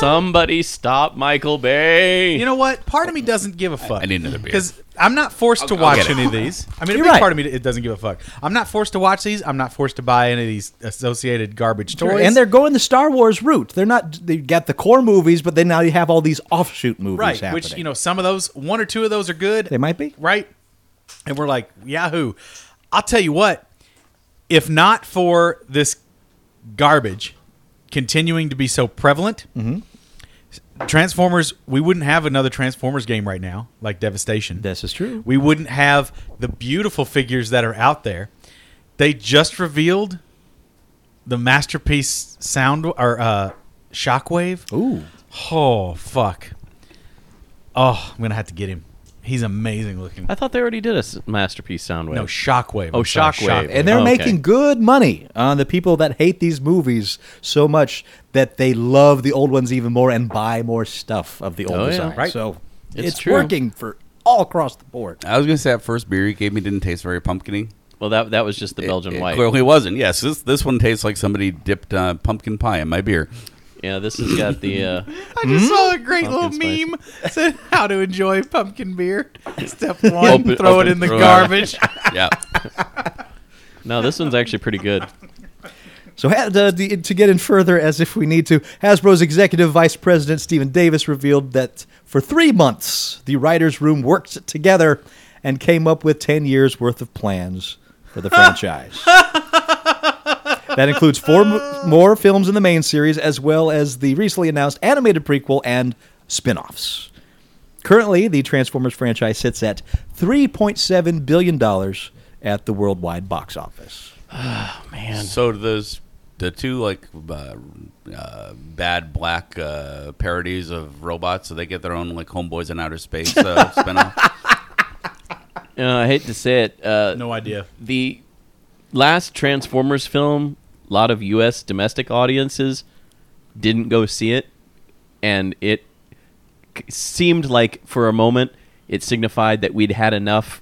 E: Somebody stop Michael Bay.
G: You know what? Part of me doesn't give a fuck.
D: I need another beer.
G: because I'm not forced to
D: I'll
G: watch
D: get it.
G: any of these. I mean, a
C: You're
G: big
C: right.
G: part of me it doesn't give a fuck. I'm not forced to watch these. I'm not forced to buy any of these associated garbage toys.
C: and they're going the Star Wars route. They're not, they got the core movies, but they now you have all these offshoot movies
G: right,
C: happening.
G: which you know, some of those, one or two of those are good.
C: They might be.
G: right, and we're like, Yahoo! I'll tell you what. If not for this garbage continuing to be so prevalent, Transformers, we wouldn't have another Transformers game right now, like Devastation.
C: This is true.
G: We wouldn't have the beautiful figures that are out there. They just revealed the masterpiece sound or uh, shockwave.
C: Ooh.
G: Oh fuck! Oh, I'm gonna have to get him. He's amazing looking.
E: I thought they already did a s- masterpiece Soundwave.
G: No shockwave.
E: Oh,
G: I'm sorry,
E: Shockwave.
C: And they're
E: Oh, okay.
C: making good money on the people that hate these movies so much that they love the old ones even more and buy more stuff of the old
E: Oh, yeah.
C: design.
E: Right.
C: So
E: It's
C: it's,
E: true.
C: working for all across the board.
D: I was gonna say that first beer you gave me didn't taste very pumpkiny.
E: well, that that was just the
D: It-
E: Belgian
D: it
E: white.
D: Clearly wasn't. Yes, this this one tastes like somebody dipped uh, pumpkin pie in my beer.
E: Yeah, this has got the. Uh,
G: I just saw a great
E: Pumpkin
G: little meme said how to enjoy pumpkin beer. Step one,
E: Open-
G: throw
E: open-
G: it in the
D: throw it out.
G: garbage.
D: Yeah,
E: no, this one's actually pretty good.
C: So ha- the, the, to get in further, as if we need to, Hasbro's executive vice president Stephen Davis revealed that for three months the writers' room worked together and came up with ten years worth of plans for the franchise. That includes four m- more films in the main series, as well as the recently announced animated prequel and spin offs. Currently, the Transformers franchise sits at $3.7 billion at the worldwide box office.
D: So do those the two like uh, uh, bad black uh, parodies of robots, so they get their own like homeboys in outer space uh, spinoff.
E: Uh, I hate to say it. Uh,
G: no idea.
E: the last Transformers film, a lot of U.S. domestic audiences didn't go see it, and it c- seemed like for a moment it signified that we'd had enough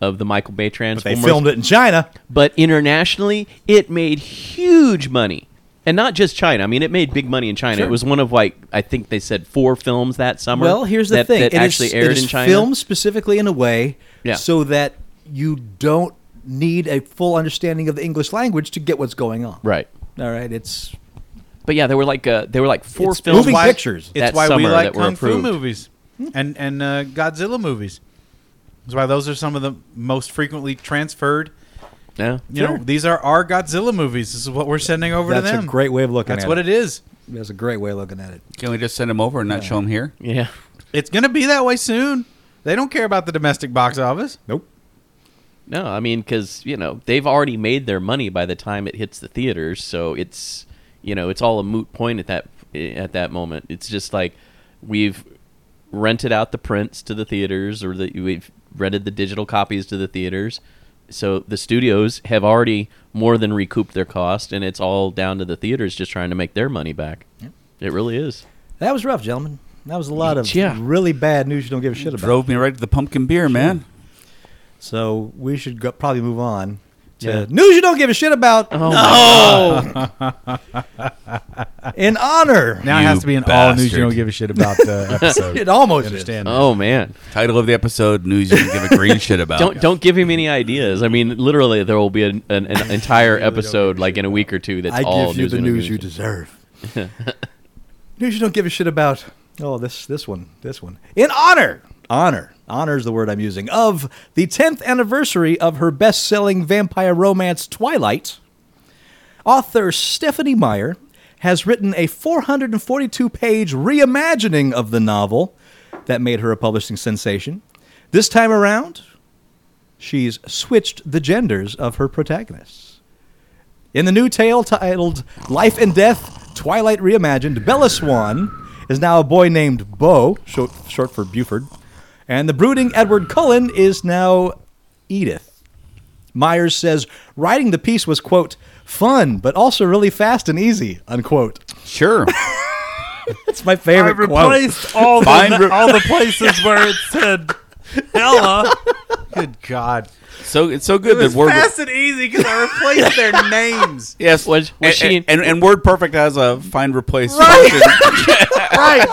E: of the Michael Bay
C: They
E: Transformers.
C: filmed it in China.
E: but internationally, it made huge money. And not just China. I mean, it made big money in China. It was one of like I think they said four films that summer.
C: Well, here's the
E: that,
C: thing:
E: that
C: It is-
E: actually aired
C: it is
E: in China.
C: filmed specifically in a way
E: Yeah.
C: so that you don't need a full understanding of the English language to get what's going on.
E: right?
C: All right. It's
E: But yeah, there were like uh, there were like four
C: It's
E: films.
C: moving
E: that-
C: pictures.
E: that
G: It's why we
E: summer
G: like
E: that were
G: kung
E: approved.
G: fu movies and and uh, Godzilla movies. That's why those are some of the most frequently transferred.
E: Yeah.
G: You know, these are our Godzilla movies. This is what we're sending over to
C: that's
G: them.
C: a great way of looking
G: That's
C: at
G: what
C: it.
G: it is.
C: That's a great way of looking at it.
D: Can we just send them over and not show them here?
E: Yeah.
G: It's going to be that way soon. They don't care about the domestic box office.
C: Nope.
E: No, I mean cuz you know, they've already made their money by the time it hits the theaters, so it's you know, it's all a moot point at that eh, at that moment. It's just like we've rented out the prints to the theaters or that we've rented the digital copies to the theaters. So the studios have already more than recouped their cost and it's all down to the theaters just trying to make their money back. It really is.
C: That was rough, gentlemen. That was a lot of
E: Yeah.
C: really bad news you don't give a shit about.
D: Drove me right to the pumpkin beer, man.
C: So we should go, probably move
E: Uh-huh.
C: on to news you don't give a shit about.
E: Oh,
C: in honor.
G: Now it
D: You
G: has to be an all news you don't
D: bastard.
G: give a shit about uh, episode.
C: it almost
G: Understand? that.
E: Oh man!
D: Title of the episode: News you can give a green shit about.
E: Don't don't give him any ideas. I mean, literally, there will be an, an, an entire episode like in a week or two that's
C: I
E: all
C: give you
E: news
C: the
E: and
C: news
E: reviews.
C: you deserve. news you don't give a shit about. Oh, this this one, this one. In honor, honor, honor is the word I'm using of the 10th anniversary of her best-selling vampire romance Twilight. Author Stephanie Meyer has written a 442-page reimagining of the novel that made her a publishing sensation. This time around, she's switched the genders of her protagonists. In the new tale titled Life and Death Twilight Reimagined, Bella Swan is now a boy named Beau, short, short for Buford, and the brooding Edward Cullen is now Edith. Myers says writing the piece was, quote, fun, but also really fast and easy, unquote.
D: Sure.
C: It's my favorite quote.
F: replaced all
D: Find
F: the,
D: re-
F: all the places where it said Ella.
G: Good God!
D: So it's so good that word.
G: and easy because I replaced their names.
D: Yes,
E: Was- was
D: and,
E: she in-
D: and, and word perfect has a find replace function.
F: Right.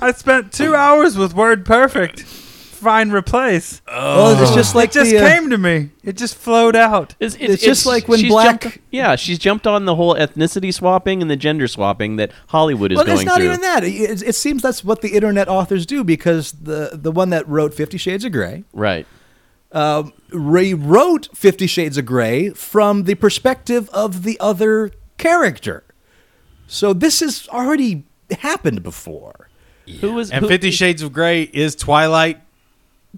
F: I spent two hours with Word Perfect. Find replace.
C: Well, it's just like
F: it just
C: the, uh,
F: came to me. It just flowed out.
E: It's,
C: It's just like when
E: she's
C: Black-
E: jumped- yeah, she's jumped on the whole ethnicity swapping and the gender swapping that Hollywood is
C: Well,
E: going
C: it's not
E: through.
C: even that. It, it- it seems that's what the internet authors do because the, the one that wrote Fifty Shades of Grey
E: Right.
C: rewrote Fifty Shades of Grey from the perspective of the other character. So this has already happened before.
E: Who was
G: And
E: who-
G: Fifty Shades of Grey is Twilight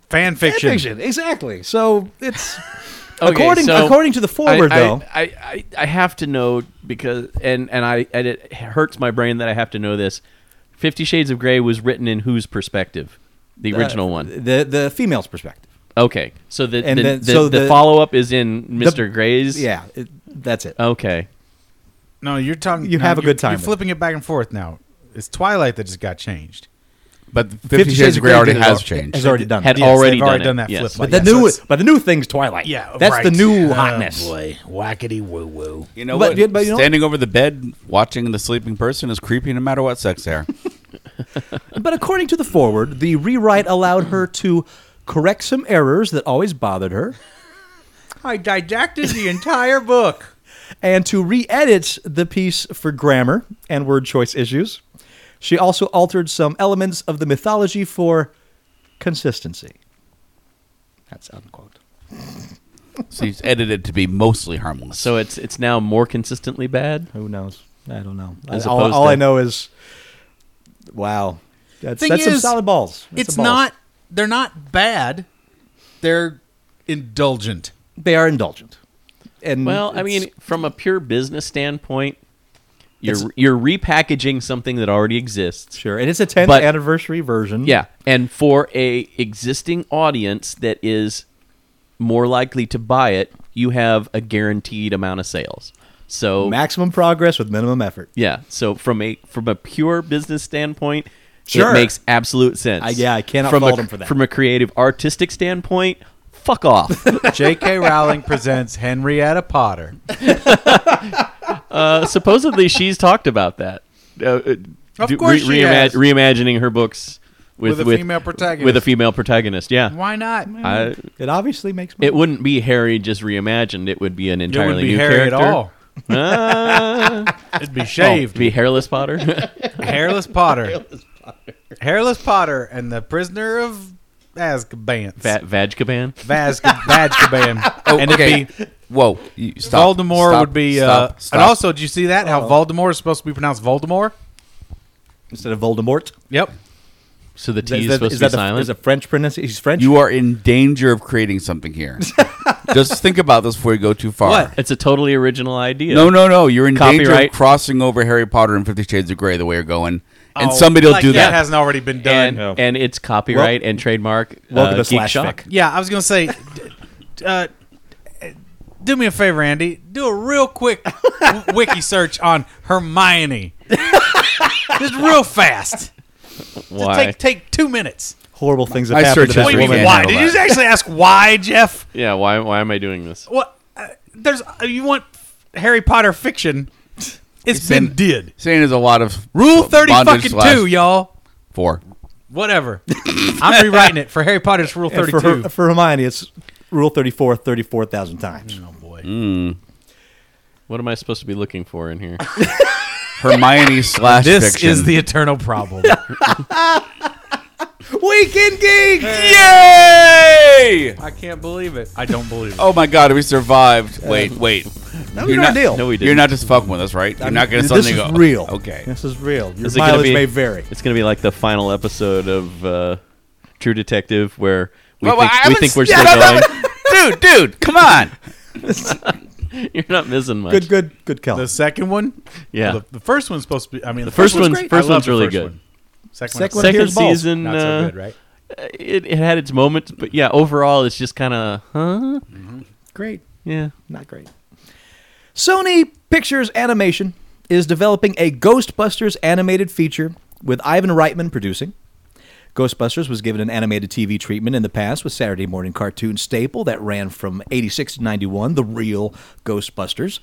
G: fan fiction.
C: Fiction, exactly. So it's
E: Okay,
C: according
E: so
C: according to the forward
E: I, I-
C: though.
E: I, I, I have to know because and and I and it hurts my brain that I have to know this. Fifty Shades of Grey was written in whose perspective?
C: Uh,
E: The original one.
C: the the female's perspective.
E: Okay, so the
C: and
E: the,
C: then-
E: the,
C: so the-
E: follow up is in Mister Grey's.
C: Yeah, it, that's it.
E: Okay.
G: No, you're talking.
C: You
G: no,
C: have a
G: you're-
C: good time
G: You're
C: then.
G: flipping it back and forth now. It's Twilight that just got changed.
D: but Fifty, Shades of Grey already
G: did it
D: has
G: all.
D: changed.
C: Has already done.
E: Had
C: it.
G: Yes,
E: already,
G: they've
E: done,
G: already
E: it.
G: done that
E: Yes.
C: but
G: flip, yeah,
C: the
G: so
C: new
G: it's-
C: but the new thing's Twilight.
G: Yeah,
C: that's the
G: right.
C: new
G: Oh,
C: hotness.
G: boy.
H: Wackety woo woo.
D: You know
C: But-
D: what?
C: but you know-
D: Standing over the bed, watching the sleeping person is creepy no matter what sex they are.
C: But according to the forward, the rewrite allowed her to correct some errors that always bothered her.
G: I didacted the entire book.
C: and to re edit the piece for grammar and word choice issues. She also altered some elements of the mythology for consistency. That's unquote.
D: So he's edited to be mostly harmless.
E: So it's it's now more consistently bad.
C: Who knows? I don't know.
E: As
C: all
E: opposed
C: all
E: to-
C: I know is, wow, that's,
G: Thing
C: that's some
G: is,
C: solid balls. That's
G: it's
C: some balls.
G: not. They're not bad. They're indulgent.
C: They are indulgent. And
E: Well, I
C: it's-
E: mean, from a pure business standpoint, you're you're repackaging something that already exists.
C: sure, and it's a 10th
E: but-
C: anniversary version.
E: Yeah, and for a existing audience that is more likely to buy it, you have a guaranteed amount of sales. So
C: maximum progress with minimum effort.
E: yeah, so from a from a pure business standpoint,
C: Sure.
E: it makes absolute sense.
C: I- yeah, I cannot
E: from a,
C: fault 'em for that.
E: From a creative artistic standpoint, fuck off.
G: J.K. Rowling presents Henrietta Potter.
E: uh, supposedly, she's talked about that. Uh, Uh,
G: Of
E: do-
G: course she has.
E: reimagining her books with,
G: With a female protagonist.
E: With a female protagonist, yeah.
G: Why not?
E: I,
C: It obviously makes
E: It wouldn't be Harry just reimagined. It would be an
G: it
E: entirely
G: wouldn't be
E: new
G: Harry
E: character.
G: at all.
E: Ah.
G: It'd be
E: Oh,
G: shaved.
E: it'd be hairless Potter.
G: Hairless Potter. Hairless Potter. and the prisoner of Azkaban.
E: Fat Vajkaban.
G: Vaz- Vazkaban.
D: oh,
G: and
D: okay.
G: it'd be
D: Whoa! You, stop,
G: Voldemort
D: stop,
G: would be.
D: Stop,
G: uh,
D: stop.
G: And also, did you see that? How Voldemort is supposed to be pronounced Voldemort?
C: instead of Voldemort.
G: Yep.
E: So the T
C: Is
E: is,
C: that-
E: supposed
C: is
E: to be
C: that a-
E: silent.
C: Is a French pronunciation? He's French.
D: you are in danger of creating something here. Just think about this before you go too far.
G: What?
E: it's a totally original idea.
D: No, no, no! You're in danger
E: Copyright.
D: of crossing over Harry Potter and Fifty Shades of Grey the way you're going, and somebody'll
G: Like
D: do
G: That
D: that.
G: hasn't already been done.
E: and, and it's copyright and trademark.
C: Welcome
E: uh,
C: to
E: Geek
C: Slash
E: Shock.
C: Fic.
G: Yeah, I was gonna say, d- d- uh, do me a favor, Andy. Do a real quick w- wiki search on Hermione. Just real fast.
E: Why?
G: Take take two minutes.
C: horrible things that
D: I
C: happened to
D: searched
C: this
D: history we
G: Wait,
C: woman.
D: can't
G: why?
D: handle
G: Did you
D: that.
G: actually ask why, Jeff?
E: yeah. Why? Why am I doing this?
G: What? Uh, there's uh, you want Harry Potter fiction?
F: it's been, did.
D: Saying there's a lot of
F: Rule thirty
D: bondage
F: fucking
D: slash
F: two, y'all.
D: Four.
F: Whatever. I'm rewriting it for Harry Potter's Rule
C: And
F: thirty
C: for,
F: two.
C: Her- for Hermione, it's rule 34 34,000 times.
F: oh boy.
E: What am I supposed to be looking for in here?
D: Hermione slash
F: This
D: fiction.
F: is the eternal problem.
C: Weekend Geek!
D: Yay!
F: I can't believe it. I don't believe it.
D: Oh my god, we survived. Wait, wait.
C: That was
D: You're
C: a
D: not,
C: good deal.
E: No, we didn't.
D: You're not just fucking with us, right? You're not going to
C: this
D: suddenly
C: is
D: go.
C: real.
D: Okay.
C: This is real. Your
E: Is it gonna
C: mileage
E: be-
C: may vary.
E: It's going to be like the final episode of uh, True Detective where we
D: Well,
E: think,
D: I
E: we
D: haven't
E: think we're
D: s-
E: still
D: dude,
E: going.
D: dude, come on.
E: You're not missing much.
C: Good, good, good call.
G: The second one,
E: Yeah.
G: The, the first one's supposed to be. I mean, the,
E: first one's-
G: great.
E: first
G: I
E: one's
G: love the
E: really
G: first
E: good.
G: one. Second,
C: Second
G: one,
C: one-
E: Second
C: here's balls.
E: season,
G: not so
E: uh,
G: good, right?
E: it, it had its moments, but yeah, overall, it's just kind of, huh?
C: great.
E: Yeah.
C: Not great. Sony Pictures Animation is developing a Ghostbusters animated feature with Ivan Reitman producing. Ghostbusters was given an animated TV treatment in the past with Saturday morning cartoon staple that ran from 86 to 91, the real Ghostbusters.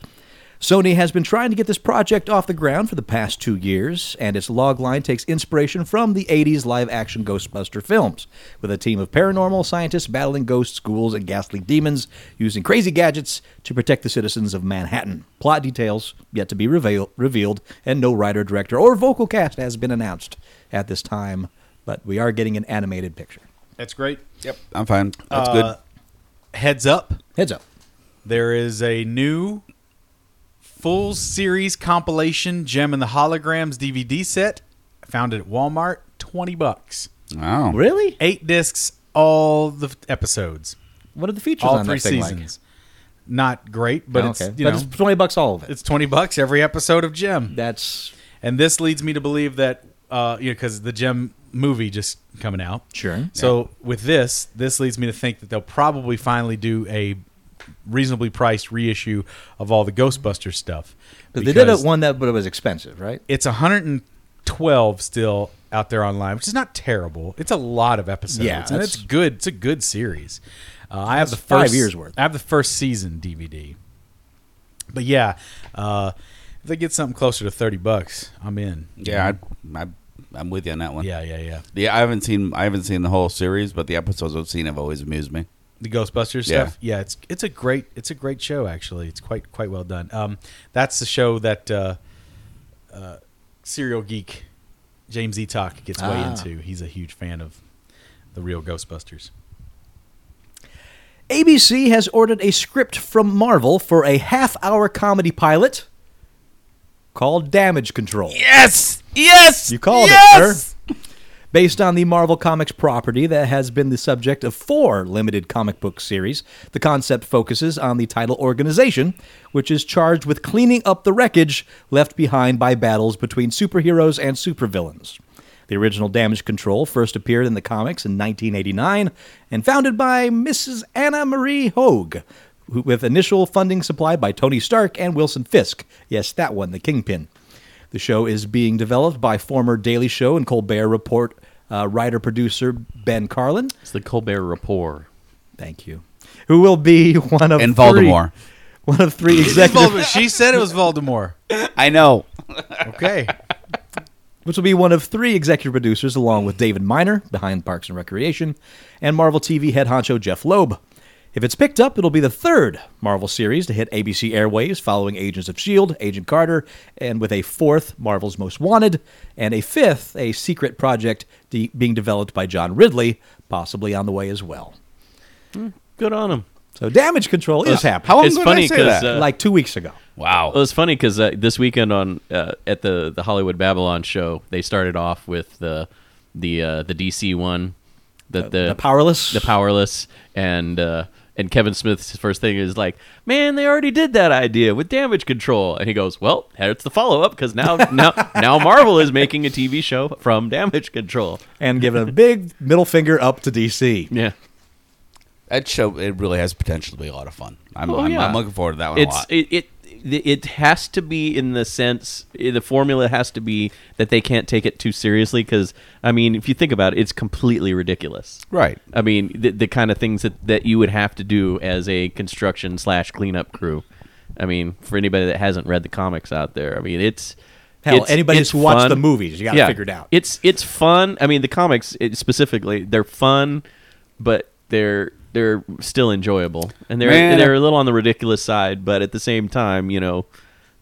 C: Sony has been trying to get this project off the ground for the past two years, and its logline takes inspiration from the 80s live action Ghostbuster films, with a team of paranormal scientists battling ghosts, ghouls, and ghastly demons using crazy gadgets to protect the citizens of Manhattan. Plot details yet to be reveal- revealed, and no writer, director, or vocal cast has been announced at this time, but we are getting an animated picture.
G: That's great.
D: Yep, I'm fine. That's
C: Uh,
D: good.
G: Heads up,
C: Heads up.
G: there is a new full series compilation Gem and the Holograms DVD set. Found it at Walmart, twenty bucks.
D: Wow.
C: Really?
G: Eight discs, all the f- episodes,
C: What are the features
G: all
C: on
G: three
C: that thing like?
G: seasons. Not great, but
C: Oh,
G: it's
C: okay.
G: you
C: But
G: know
C: it's 20 bucks all of it.
G: it's twenty bucks every episode of Gem.
C: That's
G: And this leads me to believe that, uh, you know, because the Gem movie just coming out.
C: Sure.
G: So with this, this leads me to think that they'll probably finally do a reasonably priced reissue of all the Ghostbusters stuff.
C: But they did
G: because
C: it one that, but it was expensive, right?
G: It's 112 still out there online, which is not terrible. It's a lot of episodes.
C: Yeah,
G: and
C: that's-
G: it's good. It's a good series. Uh, I have the
C: five
G: first
C: years worth.
G: I have the first season DVD. But yeah, uh, if they get something closer to 30 bucks, I'm in.
D: Yeah, I, I, I'm with you on that one.
G: Yeah, yeah, yeah.
D: Yeah, I haven't seen I haven't seen the whole series, but the episodes I've seen have always amused me.
G: The Ghostbusters
D: Yeah.
G: stuff. Yeah, it's it's a great it's a great show actually. It's quite quite well done. Um, that's the show that uh, uh, serial geek James E. Talk gets way
C: Ah.
G: into. He's a huge fan of the real Ghostbusters.
C: ABC has ordered a script from Marvel for a half-hour comedy pilot called Damage Control.
D: Yes, yes,
C: You called it, sir. Based on the Marvel Comics property that has been the subject of four limited comic book series, the concept focuses on the title organization, which is charged with cleaning up the wreckage left behind by battles between superheroes and supervillains. The original Damage Control first appeared in the comics in 1989 and founded by Mrs. Anna Marie Hogue, who- with initial funding supplied by Tony Stark and Wilson Fisk. Yes, that one, the Kingpin. The show is being developed by former Daily Show and Colbert Report uh, writer producer Ben Carlin.
E: It's the Colbert Report.
C: Thank you. Who will be one of
D: And
C: three-
D: Voldemort.
C: one of three executive,
G: Voldemort. she said it was Voldemort.
D: I know.
G: Okay.
C: which will be one of three executive producers, along with David Miner behind Parks and Recreation, and Marvel TV head honcho Jeff Loeb. If it's picked up, it'll be the third Marvel series to hit ABC airwaves, following Agents of Shield, E Agent Carter, and with a fourth Marvel's Most Wanted, and a fifth, a secret project de- being developed by John Ridley, possibly on the way as well.
E: Good on him.
C: So damage control is happening.
D: How long
E: It's
D: ago
E: funny
D: did I say
E: 'cause,
D: that?
E: uh,
C: like two weeks ago.
D: wow.
E: Well, it's funny because uh, this weekend on uh, at the the Hollywood Babylon show, they started off with the the uh, the DC one, the the,
C: The powerless.
E: the powerless, and uh, and Kevin Smith's first thing is like, man, they already did that idea with damage control, and he goes, well, it's the follow up because now now now Marvel is making a TV show from damage control.
C: and giving a big middle finger up to DC.
E: Yeah,
D: that show it really has potential to be a lot of fun. I'm,
E: Oh,
D: I'm,
E: yeah.
D: I'm looking forward to that one a
E: it's
D: lot.
E: it. it it has to be in the sense eh, the formula has to be that they can't take it too seriously because i mean if you think about it it's completely ridiculous
D: right.
E: i mean the, the kind of things that, that you would have to do as a construction slash cleanup crew I mean, for anybody that hasn't read the comics out there, I mean, it's
C: Hell,
E: it's-
C: anybody
E: it's
C: that's watched
E: fun.
C: the movies, you got it
E: Yeah.
C: figured out.
E: It's it's fun. I mean, the comics it, specifically, they're fun, but they're they're still enjoyable, and they're
D: Man,
E: they're
D: I-
E: a little on the ridiculous side, but at the same time, you know.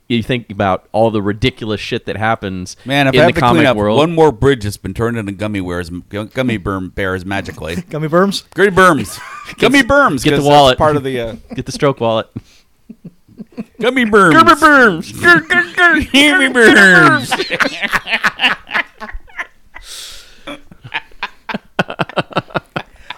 E: You think about all the ridiculous shit that happens
D: Man, if I
E: in
D: have
E: the
D: to clean
E: comic
D: up
E: world.
D: one more bridge that's been turned into gummy wares, gummy berm bears magically.
C: Gummy worms?
D: Gummy berms, gummy berms.
E: get the
D: 'cause that's
E: wallet.
D: Part of the uh,
E: Get the stroke wallet.
D: gummy berms. Gummy berms.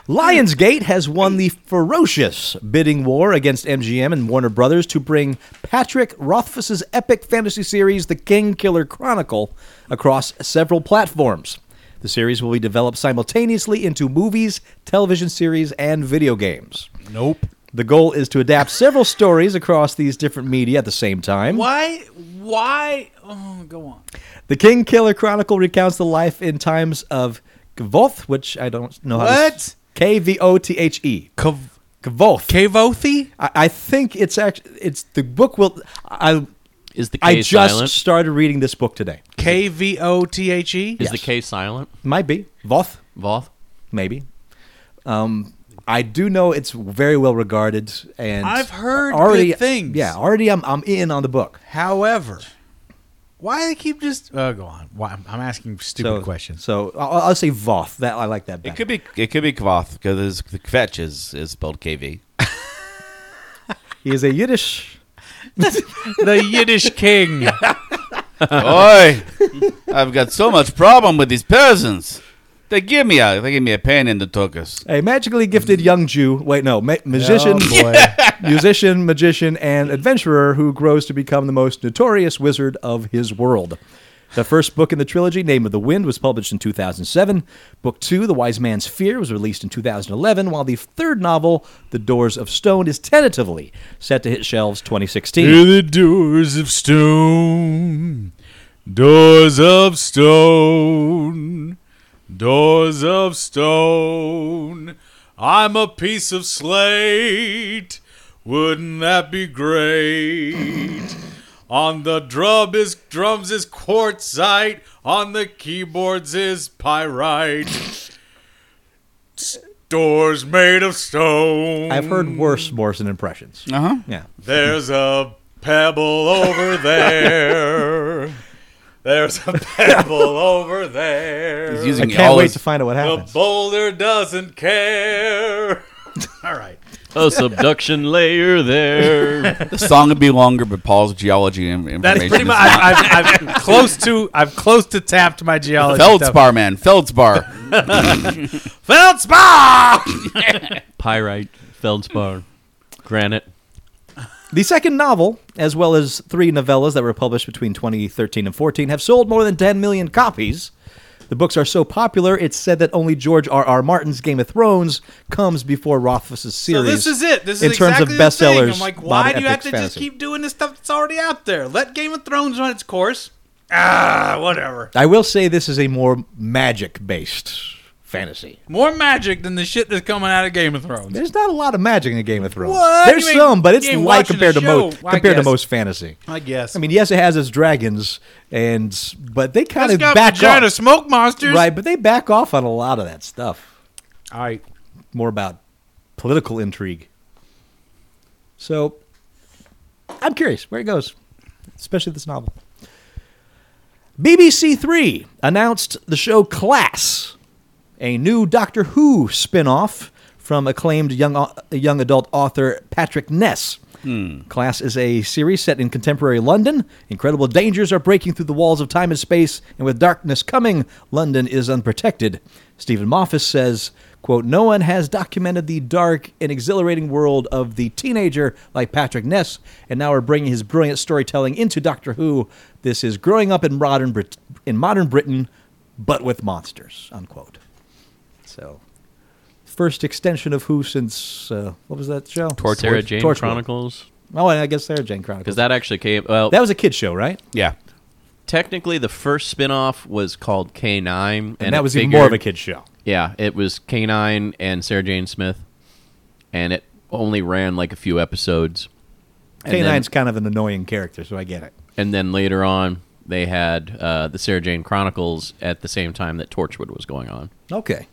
C: Lionsgate has won the ferocious bidding war against MGM and Warner Brothers to bring Patrick Rothfuss's epic fantasy series, The King Killer Chronicle, across several platforms. The series will be developed simultaneously into movies, television series, and video games.
F: Nope.
C: The goal is to adapt several stories across these different media at the same time.
F: Why? Why? Oh, go on.
C: The King Killer Chronicle recounts the life in times of Kvoth, which I don't know how to
F: What?
C: K V O T H E.
F: Kav-
C: Kvoth.
F: Kavothi?
C: I, I think it's actually it's the book will I
E: Is the K
C: I just
E: silent?
C: started reading this book today.
F: K V O T H E?
E: Is the K silent?
C: Might be Voth,
E: Voth.
C: maybe. Um, I do know it's very well regarded, and
F: I've heard
C: already
F: good things.
C: Yeah, already I'm I'm in on the book.
F: However, why they keep just. Uh, go on. Why, I'm, I'm asking stupid questions.
C: So I'll, I'll say Voth. That I like that. Better.
D: It could be it could be kvoth because the kvetch is is spelled KV.
C: He is a Yiddish.
F: the Yiddish king.
D: Oi, I've got so much problem with these peasants. They give me a they give me a pain in the tuchus.
C: A magically gifted young Jew. Wait, no, ma- musician,
F: Oh, boy.
C: musician, magician, and adventurer who grows to become the most notorious wizard of his world. The first book in the trilogy, Name of the Wind, was published in 2007. Book two, The Wise Man's Fear, was released in 2011, while the third novel, The Doors of Stone, is tentatively set to hit shelves 2016.
G: Through the doors of stone, doors of stone, doors of stone. I'm a piece of slate. Wouldn't that be great? On the drum is drums is quartzite. On the keyboards is pyrite. Doors made of stone.
C: I've heard worse Morrison impressions. Uh huh. Yeah.
G: There's a pebble over there. There's a pebble over
D: He's
G: there.
C: I
D: using
C: can't
D: all
C: wait
D: his-
C: to find out what
G: The
C: happens.
G: boulder doesn't care. All right.
E: Oh, subduction layer there.
D: the song would be longer, but Paul's geology in- information.
F: That's pretty
D: is
F: much.
D: not-
F: I've, I've, I've close to. I've close to tapped my geology. stuff.
D: Feldspar, man, Feldspar.
F: Feldspar.
E: Pyrite, feldspar, granite.
C: The second novel, as well as three novellas that were published between 2013 and 14, have sold more than 10 million copies. The books are so popular, it's said that only George R. R. Martin's Game of Thrones comes before Rothfuss's
F: So
C: series.
F: this is it. This is
C: in terms
F: exactly
C: of
F: the thing.
C: bestsellers.
F: I'm like,
C: Bobby
F: why do you have
C: Epic's
F: to just
C: fantasy.
F: keep doing this stuff that's already out there? Let Game of Thrones run its course. Ah, whatever.
C: I will say this is a more magic-based fantasy.
F: More magic than the shit that's coming out of Game of Thrones.
C: There's not a lot of magic in Game of Thrones.
F: What?
C: There's
F: You ain't-
C: some, but it's
F: you ain't
C: light
F: watching
C: compared
F: the
C: to most
F: show, I
C: compared to
F: guess.
C: most fantasy.
F: I guess.
C: I mean, yes, it has its dragons, and but they kind
F: that's
C: of
F: got
C: back
F: vagina
C: off,
F: smoke monsters.
C: right? But they back off on a lot of that stuff.
F: All right.
C: more about political intrigue. So I'm curious where it goes, especially this novel. BBC Three announced the show Class, a new Doctor Who spin off from acclaimed young, au- young adult author Patrick Ness. Class is a series set in contemporary London. Incredible dangers are breaking through the walls of time and space, and with darkness coming, London is unprotected. Stephen Moffat says, quote, No one has documented the dark and exhilarating world of the teenager like Patrick Ness, and now we're bringing his brilliant storytelling into Doctor Who. This is growing up in modern, Brit- in modern Britain, but with monsters, unquote. So, first extension of Who since, uh, what was that show?
E: Or Sarah Jane
C: Torchwood.
E: Chronicles.
C: Oh, and I guess Sarah Jane Chronicles.
E: Because that actually came. Well,
C: That was a kid show, right?
D: yeah.
E: technically, the first spin off was called K9. And,
C: And, that
E: it
C: was even more of a
E: figured-
C: kid show.
E: Yeah, it was K9 and Sarah Jane Smith. And it only ran like a few episodes. then-
C: Canine's kind of an annoying character, so I get it.
E: and then later on they had uh, the Sarah Jane Chronicles at the same time that Torchwood was going on.
C: Okay.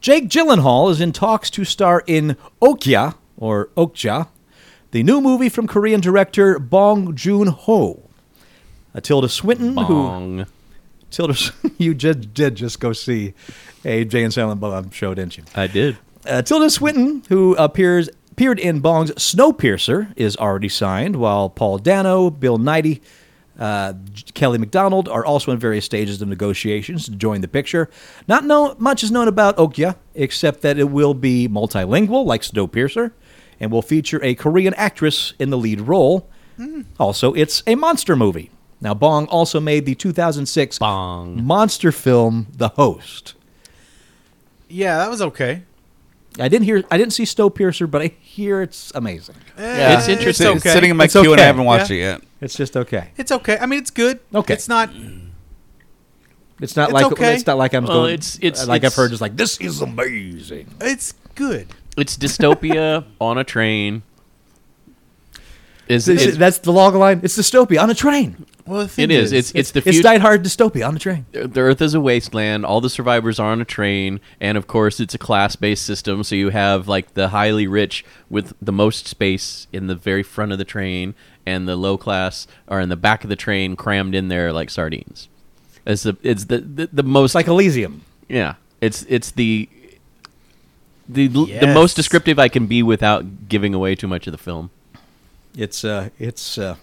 C: Jake Gyllenhaal is in talks to star in Okja, or Okja, the new movie from Korean director Bong Joon Ho. Uh, Tilda Swinton, who
E: Bong.
C: Tilda, you just did just go see a Jay and Silent Bob show, didn't you?
E: I did.
C: Uh, Tilda Swinton, who appears appeared in Bong's Snowpiercer, is already signed, while Paul Dano, Bill Nighy, uh, J- Kelly McDonald are also in various stages of negotiations to join the picture. Not know, much is known about Okja, except that it will be multilingual, like Snowpiercer, and will feature a Korean actress in the lead role. Also, it's a monster movie. Now, Bong also made the 2006
E: Bong.
C: monster film The Host.
G: Yeah, that was okay.
C: I didn't hear. I didn't see Snowpiercer, but I hear it's amazing.
D: Yeah,
E: It's interesting.
D: It's sitting in my
C: It's
D: queue and
C: okay.
D: I haven't watched
G: Yeah.
D: it yet.
C: It's just okay.
G: It's okay. I mean, it's good.
C: Okay.
G: It's not.
C: It's not
G: It's
C: like
G: okay.
C: it's not like I'm.
E: Well,
C: going,
E: it's- it's-
C: like I've
E: it's-
C: heard. Just like this is amazing.
G: It's good.
E: It's dystopia on a train. Is,
C: This-
E: is,
C: that's the log line. It's dystopia on a train.
G: Well, the thing
E: it is. It's it's the
C: It's
E: future.
C: died hard dystopia on a train.
E: The Earth is a wasteland. All the survivors are on a train, and of course, it's a class-based system. So you have like the highly rich with the most space in the very front of the train, and the low class are in the back of the train, crammed in there like sardines. It's the it's the the, the most
C: It's like Elysium.
E: Yeah, it's it's the the the
G: Yes.
E: most descriptive I can be without giving away too much of the film.
C: It's uh, it's uh,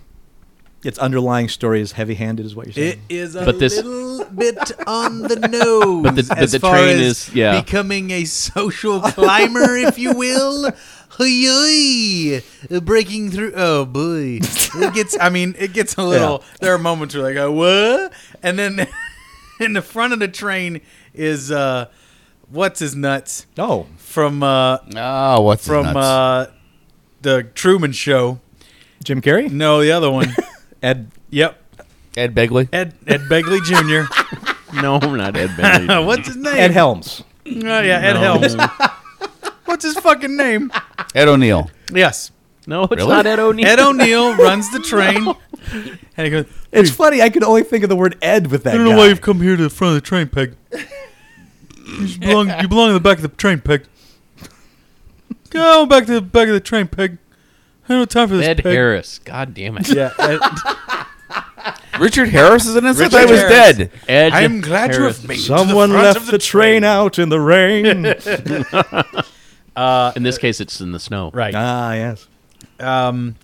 C: its underlying story is heavy-handed, is what you're saying.
G: It is a
E: But this-
G: little bit on the nose.
E: But the- but
G: as
E: the
G: far
E: train
G: as
E: is- yeah.
G: becoming a social climber, if you will. Hooey! Breaking through. Oh boy, it gets. I mean, it gets a little. There are moments where like, oh, what? And then in the front of the train is uh, what's his nuts
C: oh,
G: from uh,
D: Oh, what's
G: from uh, the Truman Show.
C: Jim Carrey,
G: No, the other one.
C: Ed.
G: yep,
D: Ed Begley?
G: Ed Ed Begley Jr.
E: No, not Ed Bentley.
G: What's his name?
C: Ed Helms.
G: Oh yeah, Ed Helms. What's his fucking name?
D: Ed O'Neill.
G: Yes.
E: No, it's
D: Really?
E: not Ed O'Neill.
G: Ed O'Neill runs the train. And he goes,
C: It's funny. I could only think of the word Ed with that
F: I don't
C: guy.
F: know why you've come here to the front of the train, Peg. You belong, you belong in the back of the train, Peg. Go back to the back of the train, Peg. I don't have time for this,
E: Ed
F: Peg.
E: Harris. God damn it.
G: yeah, Ed,
D: Richard Harris is in this? I
G: Richard
D: thought he was
G: Harris.
D: dead.
E: Ed
G: I'm glad you
E: Harris.
G: have made it to the
C: Someone
G: front
C: left
G: of
C: the train out in the rain.
E: In this case, it's in the snow.
G: Right.
C: ah, yes.
G: Um,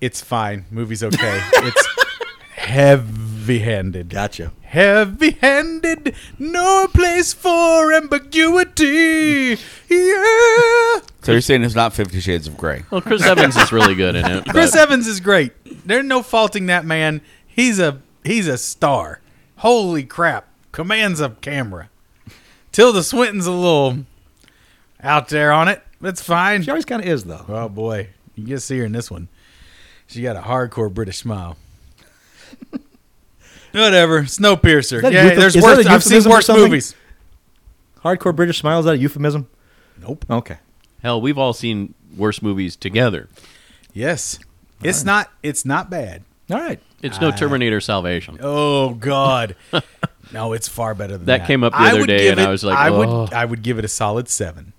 G: it's fine. Movie's okay. It's heavy-handed.
C: Gotcha.
G: Heavy-handed. No place for ambiguity. Yeah.
D: So you're saying it's not Fifty Shades of Grey.
E: Well, Chris Evans is really good in it.
G: Chris
E: but
G: Evans is great. There's no faulting that man. He's a he's a star. Holy crap! Commands a camera. Tilda Swinton's a little out there on it. That's fine.
C: She always kind of is though.
G: Oh boy, you can see her in this one. She got a hardcore British smile. Whatever, Snowpiercer.
C: that a
G: Yeah,
C: euphem-
G: there's
C: is that a
G: worse. I've seen
C: euphemism or
G: worse
C: something?
G: movies.
C: Hardcore British smile is that a euphemism?
G: Nope.
C: Okay.
E: Hell, we've all seen worse movies together.
G: Yes, it's not. It's not bad.
C: All right.
E: It's no Terminator Salvation.
G: Ah. Oh God. no, it's far better than that.
E: That came up the other
G: would
E: day,
G: give
E: and I was like,
G: I
E: "Oh."
G: would, I would give it a solid seven.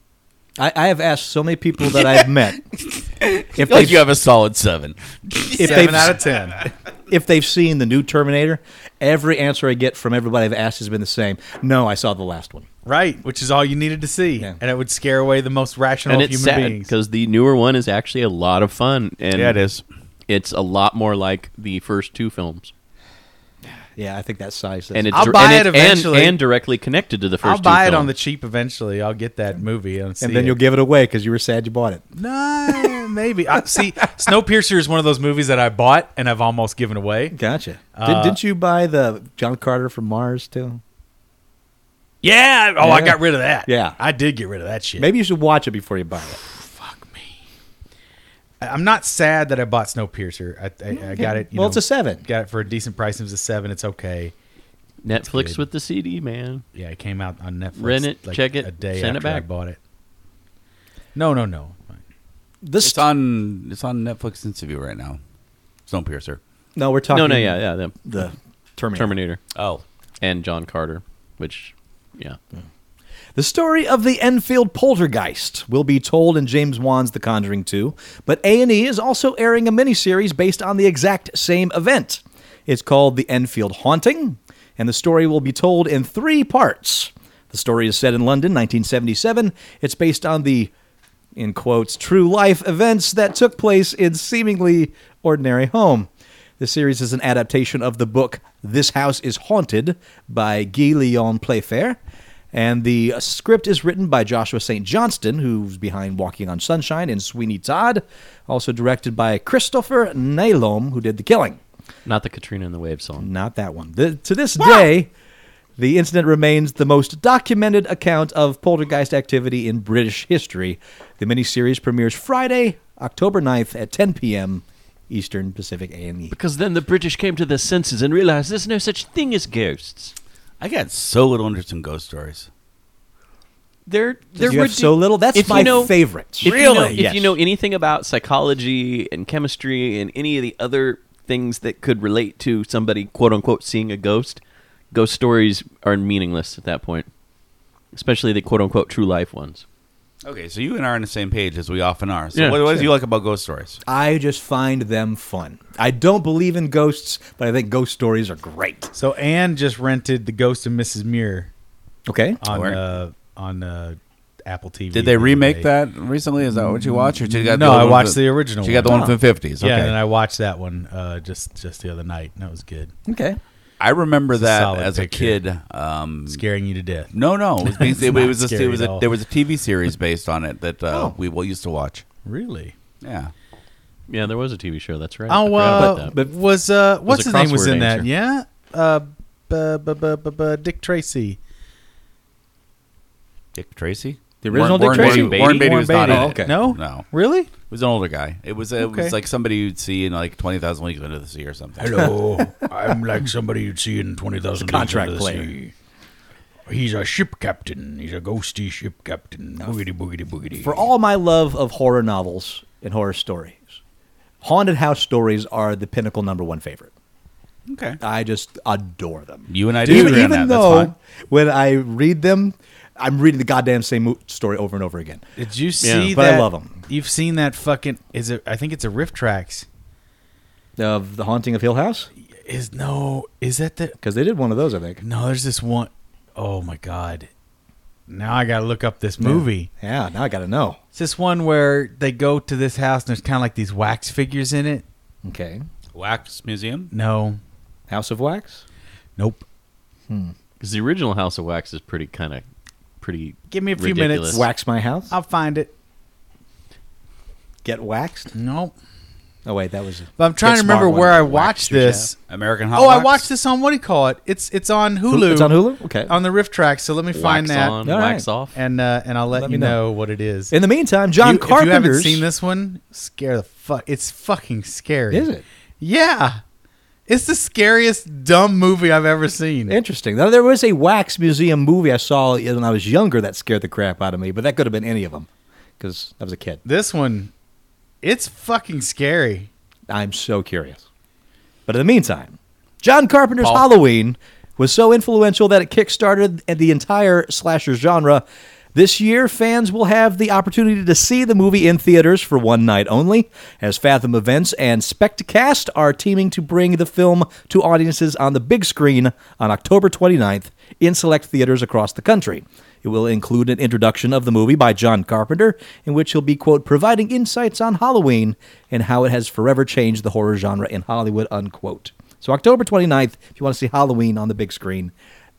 C: I, I have asked so many people that I've met if
D: Like
C: they've,
D: you have a solid seven.
C: if,
G: seven
C: they've,
G: out of ten.
C: if they've seen the new Terminator. Every answer I get from everybody I've asked has been the same. No, I saw the last one.
G: right, which is all you needed to see,
C: Yeah.
G: and it would scare away the most rational
E: and
G: of
E: it's
G: human
E: sad
G: beings.
E: because the newer one is actually a lot of fun. And
D: Yeah, it is.
E: It's a lot more like the first two films,
C: Yeah, I think that size.
E: and it's
G: I'll
E: dir-
G: buy
E: and
G: it
E: and-
G: eventually.
E: and, directly connected to the 1st
G: I'll
E: two
G: buy it
E: films.
G: on the cheap eventually. I'll get that movie and,
C: and then you'll
G: get
C: give it away because you were sad you bought it.
G: no, maybe. I, see, Snowpiercer is one of those movies that I bought and I've almost given away.
C: Gotcha.
G: Uh,
C: Did, didn't you buy the John Carter from Mars too?
G: Yeah. Oh, I
C: Yeah.
G: got rid of that.
C: Yeah.
G: I did get rid of that shit.
C: Maybe you should watch it before you buy it.
G: I- I'm not sad that I bought Snowpiercer. I, I, I got it. You
C: well,
G: know,
C: it's a seven.
G: Got it for a decent price. It was a seven. It's okay.
E: Netflix
G: good.
E: with the CD, man.
G: Yeah, it came out on Netflix.
E: Rent it, check it,
G: a day
E: send it
G: after I
E: back.
G: bought it. No, no, no.
C: this
D: It's on it's on Netflix interview right now. Snowpiercer.
C: no, we're talking
E: No, no, yeah, yeah, the
C: the Terminator.
E: Terminator
D: Oh,
E: and John Carter, which, yeah,
C: The story of the Enfield poltergeist will be told in James Wan's The Conjuring 2, but A&E is also airing a miniseries based on the exact same event. It's called The Enfield Haunting, and the story will be told in three parts. The story is set in London, 1977. It's based on the, in quotes, true life events that took place in seemingly ordinary home. The series is an adaptation of the book This House is Haunted by Guy Leon Playfair. And the uh, script is written by Joshua St. Johnston, who's behind Walking on Sunshine and Sweeney Todd, also directed by Christopher Nalom, who did The Killing.
E: not the Katrina and the Wave song.
C: Not that one. Th- to this day, the incident remains the most documented account of poltergeist activity in British history. The miniseries premieres Friday, October 9th at 10 p.m. Eastern Pacific E. A&E.
E: Because then the British came to their senses and realized there's no such thing as ghosts.
D: I got so little interest in ghost stories.
E: They're they're
C: you have
E: ridic-
C: so little. That's
E: if
C: my
E: you know,
C: favorite.
E: If You know,
C: Yes.
E: If you know anything about psychology and chemistry and any of the other things that could relate to somebody quote unquote seeing a ghost, ghost stories are meaningless at that point. Especially the quote unquote true life ones.
D: Okay, so you and I are on the same page as we often are. So
E: Yeah,
D: what, what do you like about ghost stories?
C: I just find them fun. I don't believe in ghosts, but I think ghost stories are great.
G: So Anne just rented The Ghost of Mrs. Muir
C: Okay.
G: on
D: Word.
G: uh, on uh, Apple TV.
D: Did they
G: the other
D: remake
G: day.
D: that recently? Is that what you watched? Or did you got
G: No,
D: the
G: I
D: one
G: watched
D: from-
G: the original
D: She got the
G: one. Oh.
D: one from the fifties. Okay.
G: Yeah, and then I watched that one uh, just just the other night, and that was good.
D: Hmm.
C: Okay.
D: I remember
G: It's a
D: that
G: solid
D: as
G: picture.
D: a kid. Um,
G: Scaring you to death.
D: no, no, it was,
G: It's
D: it
G: not
D: was just, it
G: scary
D: was
G: at
D: a,
G: all.
D: there was a TV series based on it that uh, we well used to watch.
G: Really?
D: Yeah,
E: Yeah, there was a TV show, that's right. I
G: Oh,
E: forgot about
G: uh,
E: that.
G: but was uh, what's
E: a
G: his name was
E: crossword
G: in that?
E: answer.
G: Yeah, uh, bu- bu- bu- bu- bu- Dick Tracy.
D: Dick Tracy.
C: The original Dick Tracy?
D: Warren Beatty, Warren Beatty
G: Warren
D: was not
G: Beatty.
D: in
C: Oh,
D: it.
C: okay.
G: No,
D: no, it
G: really?
D: was an older guy. It was it
G: Okay.
D: was like somebody you'd see in like Twenty Thousand Leagues Under the Sea or something.
I: Hello, I'm like somebody you'd see in 20,000
C: contract
I: Leagues Under the
C: player.
I: Sea. He's a ship captain. He's a ghosty ship captain. Boogity, boogity, boogity.
C: For all my love of horror novels and horror stories, haunted house stories are the pinnacle number one favorite.
D: Okay,
C: I just adore them.
D: you and I do
C: even
D: agree on
C: even
D: that. That's
C: though
D: fine.
C: when I read them, I'm reading the goddamn same mo- story over and over again.
G: Did you see
C: but I
G: that?
C: love 'em.
G: You've seen that fucking? Is it? I think it's a riff tracks.
C: Of the haunting of Hill House,
G: Is no? Is that the?
C: because they did one of those, I think.
G: No, there's this one oh my god. Now I gotta look up this movie.
C: Yeah, now I got to know.
G: It's this one where they go to this house and there's kind of like these wax figures in it.
C: Okay,
D: Wax Museum.
G: No,
C: House of Wax.
G: nope.
E: Because the original House of Wax is pretty kind of pretty
G: Give me a few
E: ridiculous.
G: minutes.
C: Wax my house.
G: I'll find it.
C: Get waxed.
G: Nope.
C: Oh wait, that was.
G: But I'm trying
C: Get
G: to remember
C: smart one.
G: where I
C: Wax
G: watched
C: your
G: this.
D: American Hot
G: Oh, I
D: Wax?
G: watched this on what do you call it? It's it's on Hulu.
C: It's on Hulu? Okay.
G: On the riff track. So let me find
E: Wax
G: that
E: on,
C: All
E: wax
C: right.
E: off.
G: and uh, and I'll let,
C: Let
G: you
C: me know.
G: know. what it is.
C: In the meantime, John
G: you, If you
C: Carpenter's.
G: haven't seen this one, scare the fuck. It's fucking scary.
C: Is it?
G: Yeah. It's the scariest dumb movie I've ever seen.
C: Interesting. Now there was a wax museum movie I saw when I was younger that scared the crap out of me, but that could have been any of them because I was a kid.
G: this one, it's fucking scary.
C: I'm so curious. But in the meantime, John Carpenter's Halloween was so influential that it kickstarted the entire slasher genre. This year, fans will have the opportunity to see the movie in theaters for one night only, as Fathom Events and Spectacast are teaming to bring the film to audiences on the big screen on October 29th in select theaters across the country. It will include an introduction of the movie by John Carpenter, in which he'll be, quote, providing insights on Halloween and how it has forever changed the horror genre in Hollywood, unquote. So, October 29th, if you want to see Halloween on the big screen,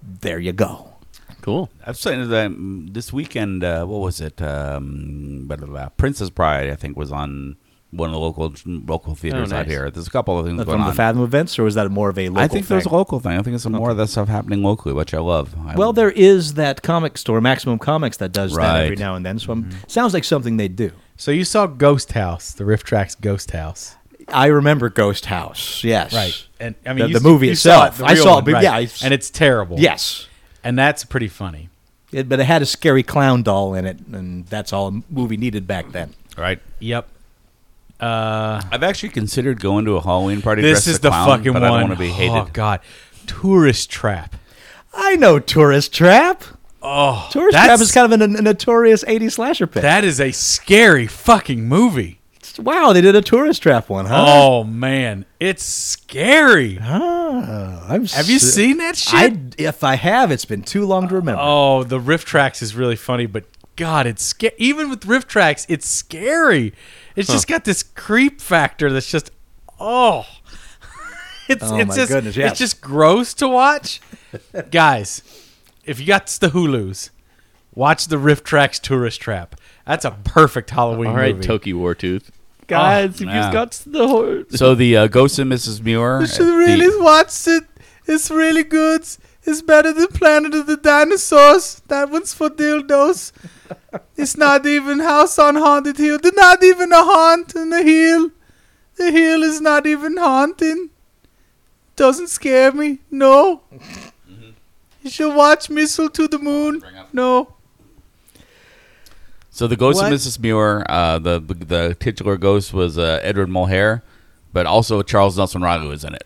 C: there you go.
E: Cool.
D: I've seen that um, this weekend. Uh, what was it? Um, blah, blah, blah. Princess Bride, I think, was on one of the local local theaters out
E: nice.
D: here. There's a couple of things going
C: From
D: on.
C: the Fathom events, or was that more of a local
D: I think
C: thing?
D: there's a local thing. I think there's some more of that stuff happening locally, which I love. I
C: Well, there is that comic store, Maximum Comics, that does that every
D: Right. Mm-hmm.
C: now and then. So, I'm, sounds like something they do.
G: So you saw Ghost House, the riff tracks Ghost House.
C: I remember Ghost House. Yes.
G: Right. And I
C: The-
G: mean, you-
C: the movie
G: you saw
C: itself.
G: it, the
C: I
G: real
C: saw it,
G: one,
C: but
G: right.
C: yeah, it's-
G: and it's terrible.
C: Yes.
G: And that's pretty funny.
C: It, but it had a scary clown doll in it, and that's all a movie needed back then.
D: right?
G: Yep.
D: I've actually considered going to a Halloween party.
G: This
D: dressed as
G: is
D: a
G: the
D: clown,
G: fucking
D: but
G: one.
D: I don't want to be hated.
G: Oh god, tourist trap.
C: I know Tourist Trap. Oh, Tourist
G: that's-
C: Trap is kind of a, a notorious 80s slasher pick.
G: That is a scary fucking movie.
C: wow, they did a Tourist Trap one, huh?
G: Oh man, it's scary.
C: Ah, I'm
G: Oh, Have you
C: so-
G: seen that shit?
C: I, if I have, it's been too long to remember.
G: Oh, the riff tracks is really funny, but God, it's sca- even with riff tracks, it's scary. It's just got this creep factor that's just oh, it's
C: Oh,
G: it's
C: my
G: just
C: goodness, yes.
G: it's just gross to watch, guys. If you got the Hulu's, watch the riff tracks Tourist Trap. That's a perfect Halloween
E: All right,
G: movie.
E: Toki Wartooth.
G: Guys,
E: if
D: yeah. got
E: the horse.
D: So the uh, Ghost and Mrs. Muir.
G: You should really watch it. It's really good. It's better than Planet of the Dinosaurs. That one's for dildos. It's not even House on Haunted Hill. There's not even a haunt in the hill. The hill is not even haunting. Doesn't scare me. No. You should watch Missile to the Moon. No.
D: So the ghost
G: What?
D: of Mrs. Muir, uh, the the titular ghost was uh, Edward Mulhare, but also Charles Nelson Riley was in it.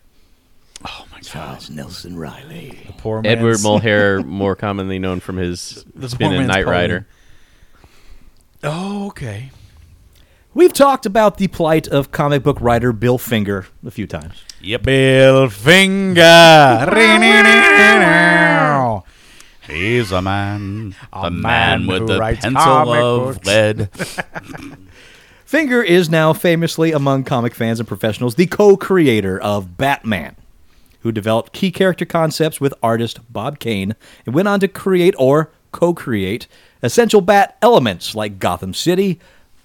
H: Charles Nelson Riley.
G: Poor
E: Edward Mulhare, more commonly known from his
G: The
E: spin
G: poor
E: in
G: man's
E: Knight
G: Poland.
E: Rider.
G: Oh, okay.
C: We've talked about the plight of comic book writer Bill Finger a few times.
D: Yep.
G: Bill Finger.
D: He's a man, a,
G: man
D: man,
G: who
D: with the
G: writes
D: pencil
G: comic
D: of
G: books.
D: lead.
C: Finger is now famously among comic fans and professionals the co-creator of Batman, who developed key character concepts with artist Bob Kane and went on to create or co-create essential bat elements like Gotham City,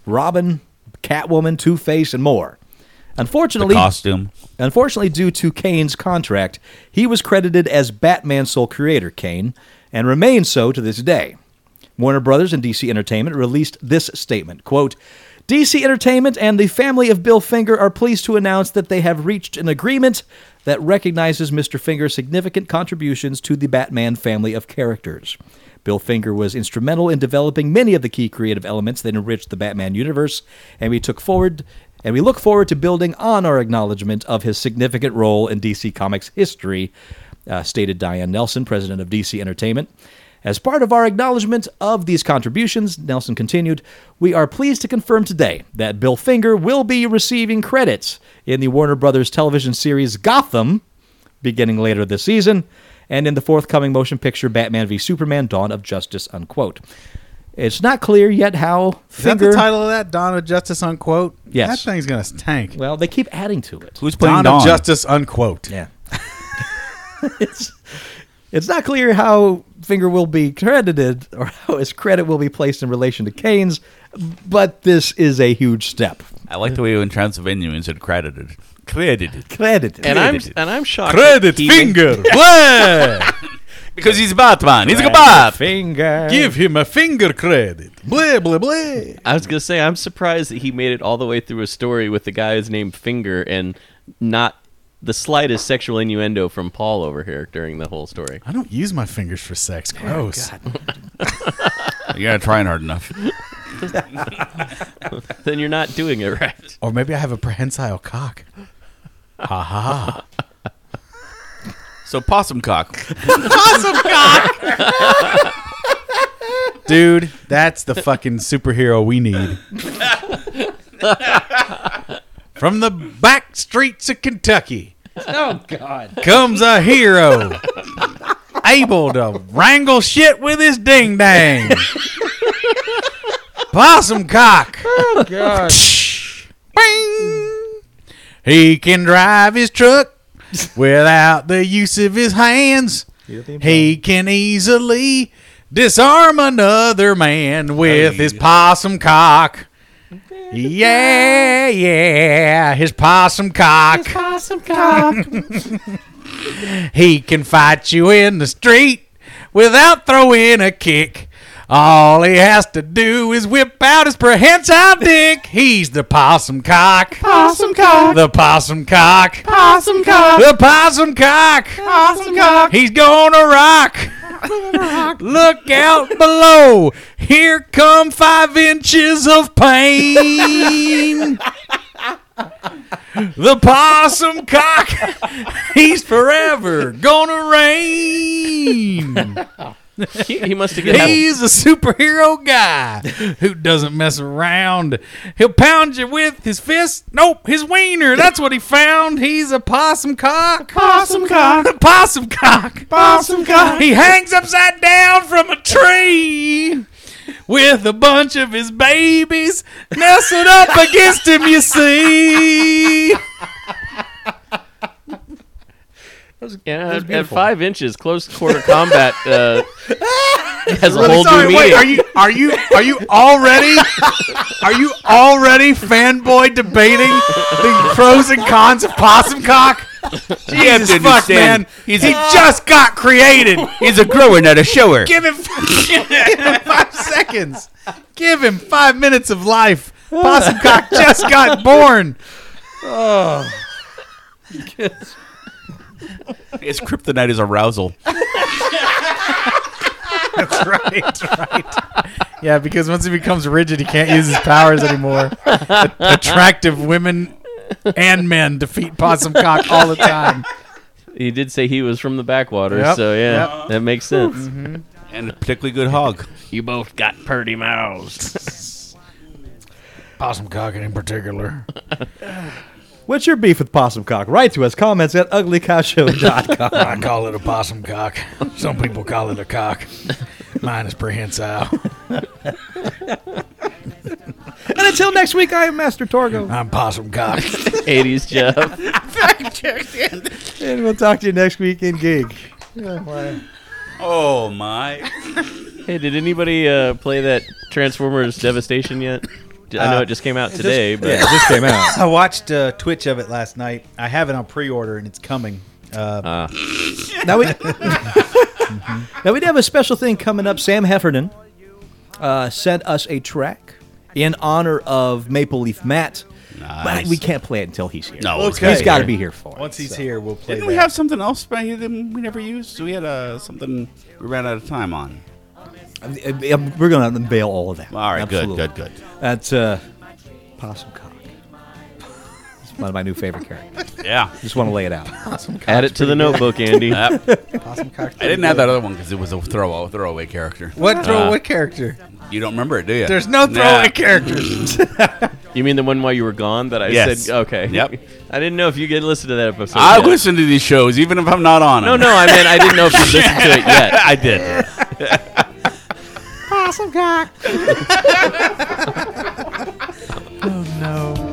C: Robin, Catwoman, Two-Face and more. Unfortunately,
D: Costume.
C: Unfortunately, due to Kane's contract, he was credited as Batman's sole creator, Kane, and remains so to this day. Warner Brothers and DC Entertainment released this statement, quote, DC Entertainment and the family of Bill Finger are pleased to announce that they have reached an agreement that recognizes Mr. Finger's significant contributions to the Batman family of characters. Bill Finger was instrumental in developing many of the key creative elements that enriched the Batman universe, and we took forward and we look forward to building on our acknowledgement of his significant role in DC Comics history, uh, stated Diane Nelson, president of DC Entertainment. As part of our acknowledgement of these contributions, Nelson continued, we are pleased to confirm today that Bill Finger will be receiving credits in the Warner Brothers television series Gotham, beginning later this season, and in the forthcoming motion picture Batman v Superman: Dawn of Justice. Unquote. It's not clear yet how Finger.
G: of that? Dawn of Justice, unquote?
C: Yes.
G: That thing's going to tank.
C: Well, they keep adding to it.
D: Who's playing
G: Dawn,
D: Dawn?
G: of Justice, unquote.
C: Yeah. it's it's not clear how Finger will be credited or how his credit will be placed in relation to Kane's, but this is a huge step.
D: I like the way you in Transylvania and said credited. Credited.
C: Credited.
E: And I'm
D: Credited.
E: and I'm shocked.
G: Credit
E: that he-
G: finger.
D: Bleh! because he's Batman. He's a bat.
C: Finger.
G: Give him a finger credit. Blah, blah, blah.
E: I was gonna say I'm surprised that he made it all the way through a story with the guy's named Finger and not the slightest sexual innuendo from Paul over here during the whole story.
G: I don't use my fingers for sex. Gross.
D: You're not trying hard enough.
E: Then you're not doing it right.
G: or maybe I have a prehensile cock. Ha ha.
D: So possum cock.
G: Dude, that's the fucking superhero we need. From the back streets of Kentucky. Oh, God. Comes a hero able to wrangle shit with his ding dang. Possum cock. Oh, God. Bing. He can drive his truck without the use of his hands. He can easily disarm another man with his possum cock. Yeah, yeah, his possum cock. His possum cock. he can fight you in the street without throwing a kick. All he has to do is whip out his prehensile dick. He's the possum cock. Possum cock. The possum cock. Possum cock. The possum cock. Possum cock. He's gonna rock. Look out below. Here come five inches of pain. the possum cock, he's forever gonna rain.
E: he, he must have gotten
G: He's a superhero guy who doesn't mess around. He'll pound you with his fist. Nope, his wiener. That's what he found. He's a possum cock. Possum cock. A possum cock. Possum cock. He hangs upside down from a tree. With a bunch of his babies nestled up against him, you see.
E: yeah, at- at five inches, close quarter combat uh, has a whole
G: Sorry,
E: new
G: wait,
E: meaning.
G: are you are you are you already are you already fanboy debating the pros and cons of possum cock? Jesus
D: to
G: fuck,
D: understand,
G: man! he just got created.
D: He's a grower, not a shower.
G: Give him five seconds. Give him five minutes of life. Possum cock just got born.
D: His kryptonite is arousal.
G: Yeah, because once he becomes rigid, he can't use his powers anymore. A- Attractive women and men defeat possum cock all the time.
E: He did say he was from the backwater,
G: Yep,
E: so yeah, that makes sense.
D: And a particularly good hog.
E: You both got purty mouths.
I: Possum cock in particular.
C: What's your beef with Possum Cock? Write to us. Comments at uglycowshow.com.
I: I call it a possum cock. Some people call it a cock. Mine is prehensile.
C: and until next week, I am Master Torgo.
I: I'm possum cock.
E: 80s Jeff.
C: And we'll talk to you next week in gig.
D: Oh my!
E: Hey, did anybody uh, play that Transformers Devastation yet? D- I know it just came out today, but
C: Yeah, this came out.
G: I watched uh, Twitch of it last night. I have it on pre-order and it's coming. Uh,
C: Now we, now we do have a special thing coming up. Sam Heffernan uh, sent us a track in honor of Maple Leaf Matt.
D: Nice.
C: But we can't play it until he's here.
D: No, it's
C: he's
D: gotta
C: got to
D: be
C: be here for it.
G: once he's
C: so.
G: here, we'll play.
D: Didn't we
G: that.
D: have something else by you that we never used? We had uh, something we ran out of time on.
C: Uh, uh, we're going to unveil all of that.
D: All right, good,
C: Absolutely.
D: good, good.
C: That's uh, Possum Cock. It's one of my new favorite characters.
D: Yeah,
C: Just want to lay it out.
E: add it to the notebook, Andy.
D: I didn't have that other one because it was a throw throwaway character.
G: what throw? What character?
D: You don't remember it, do you?
G: There's no throwaway
D: Nah.
G: characters.
E: You mean the one while you were gone that I
D: Yes.
E: said? Okay.
D: Yep.
E: I didn't know if you could listen to that episode.
D: I
E: yet.
D: listen to these shows even if I'm not on
E: No,
D: them.
E: no, I meant I didn't know if you listened to it yet.
D: I did.
G: no.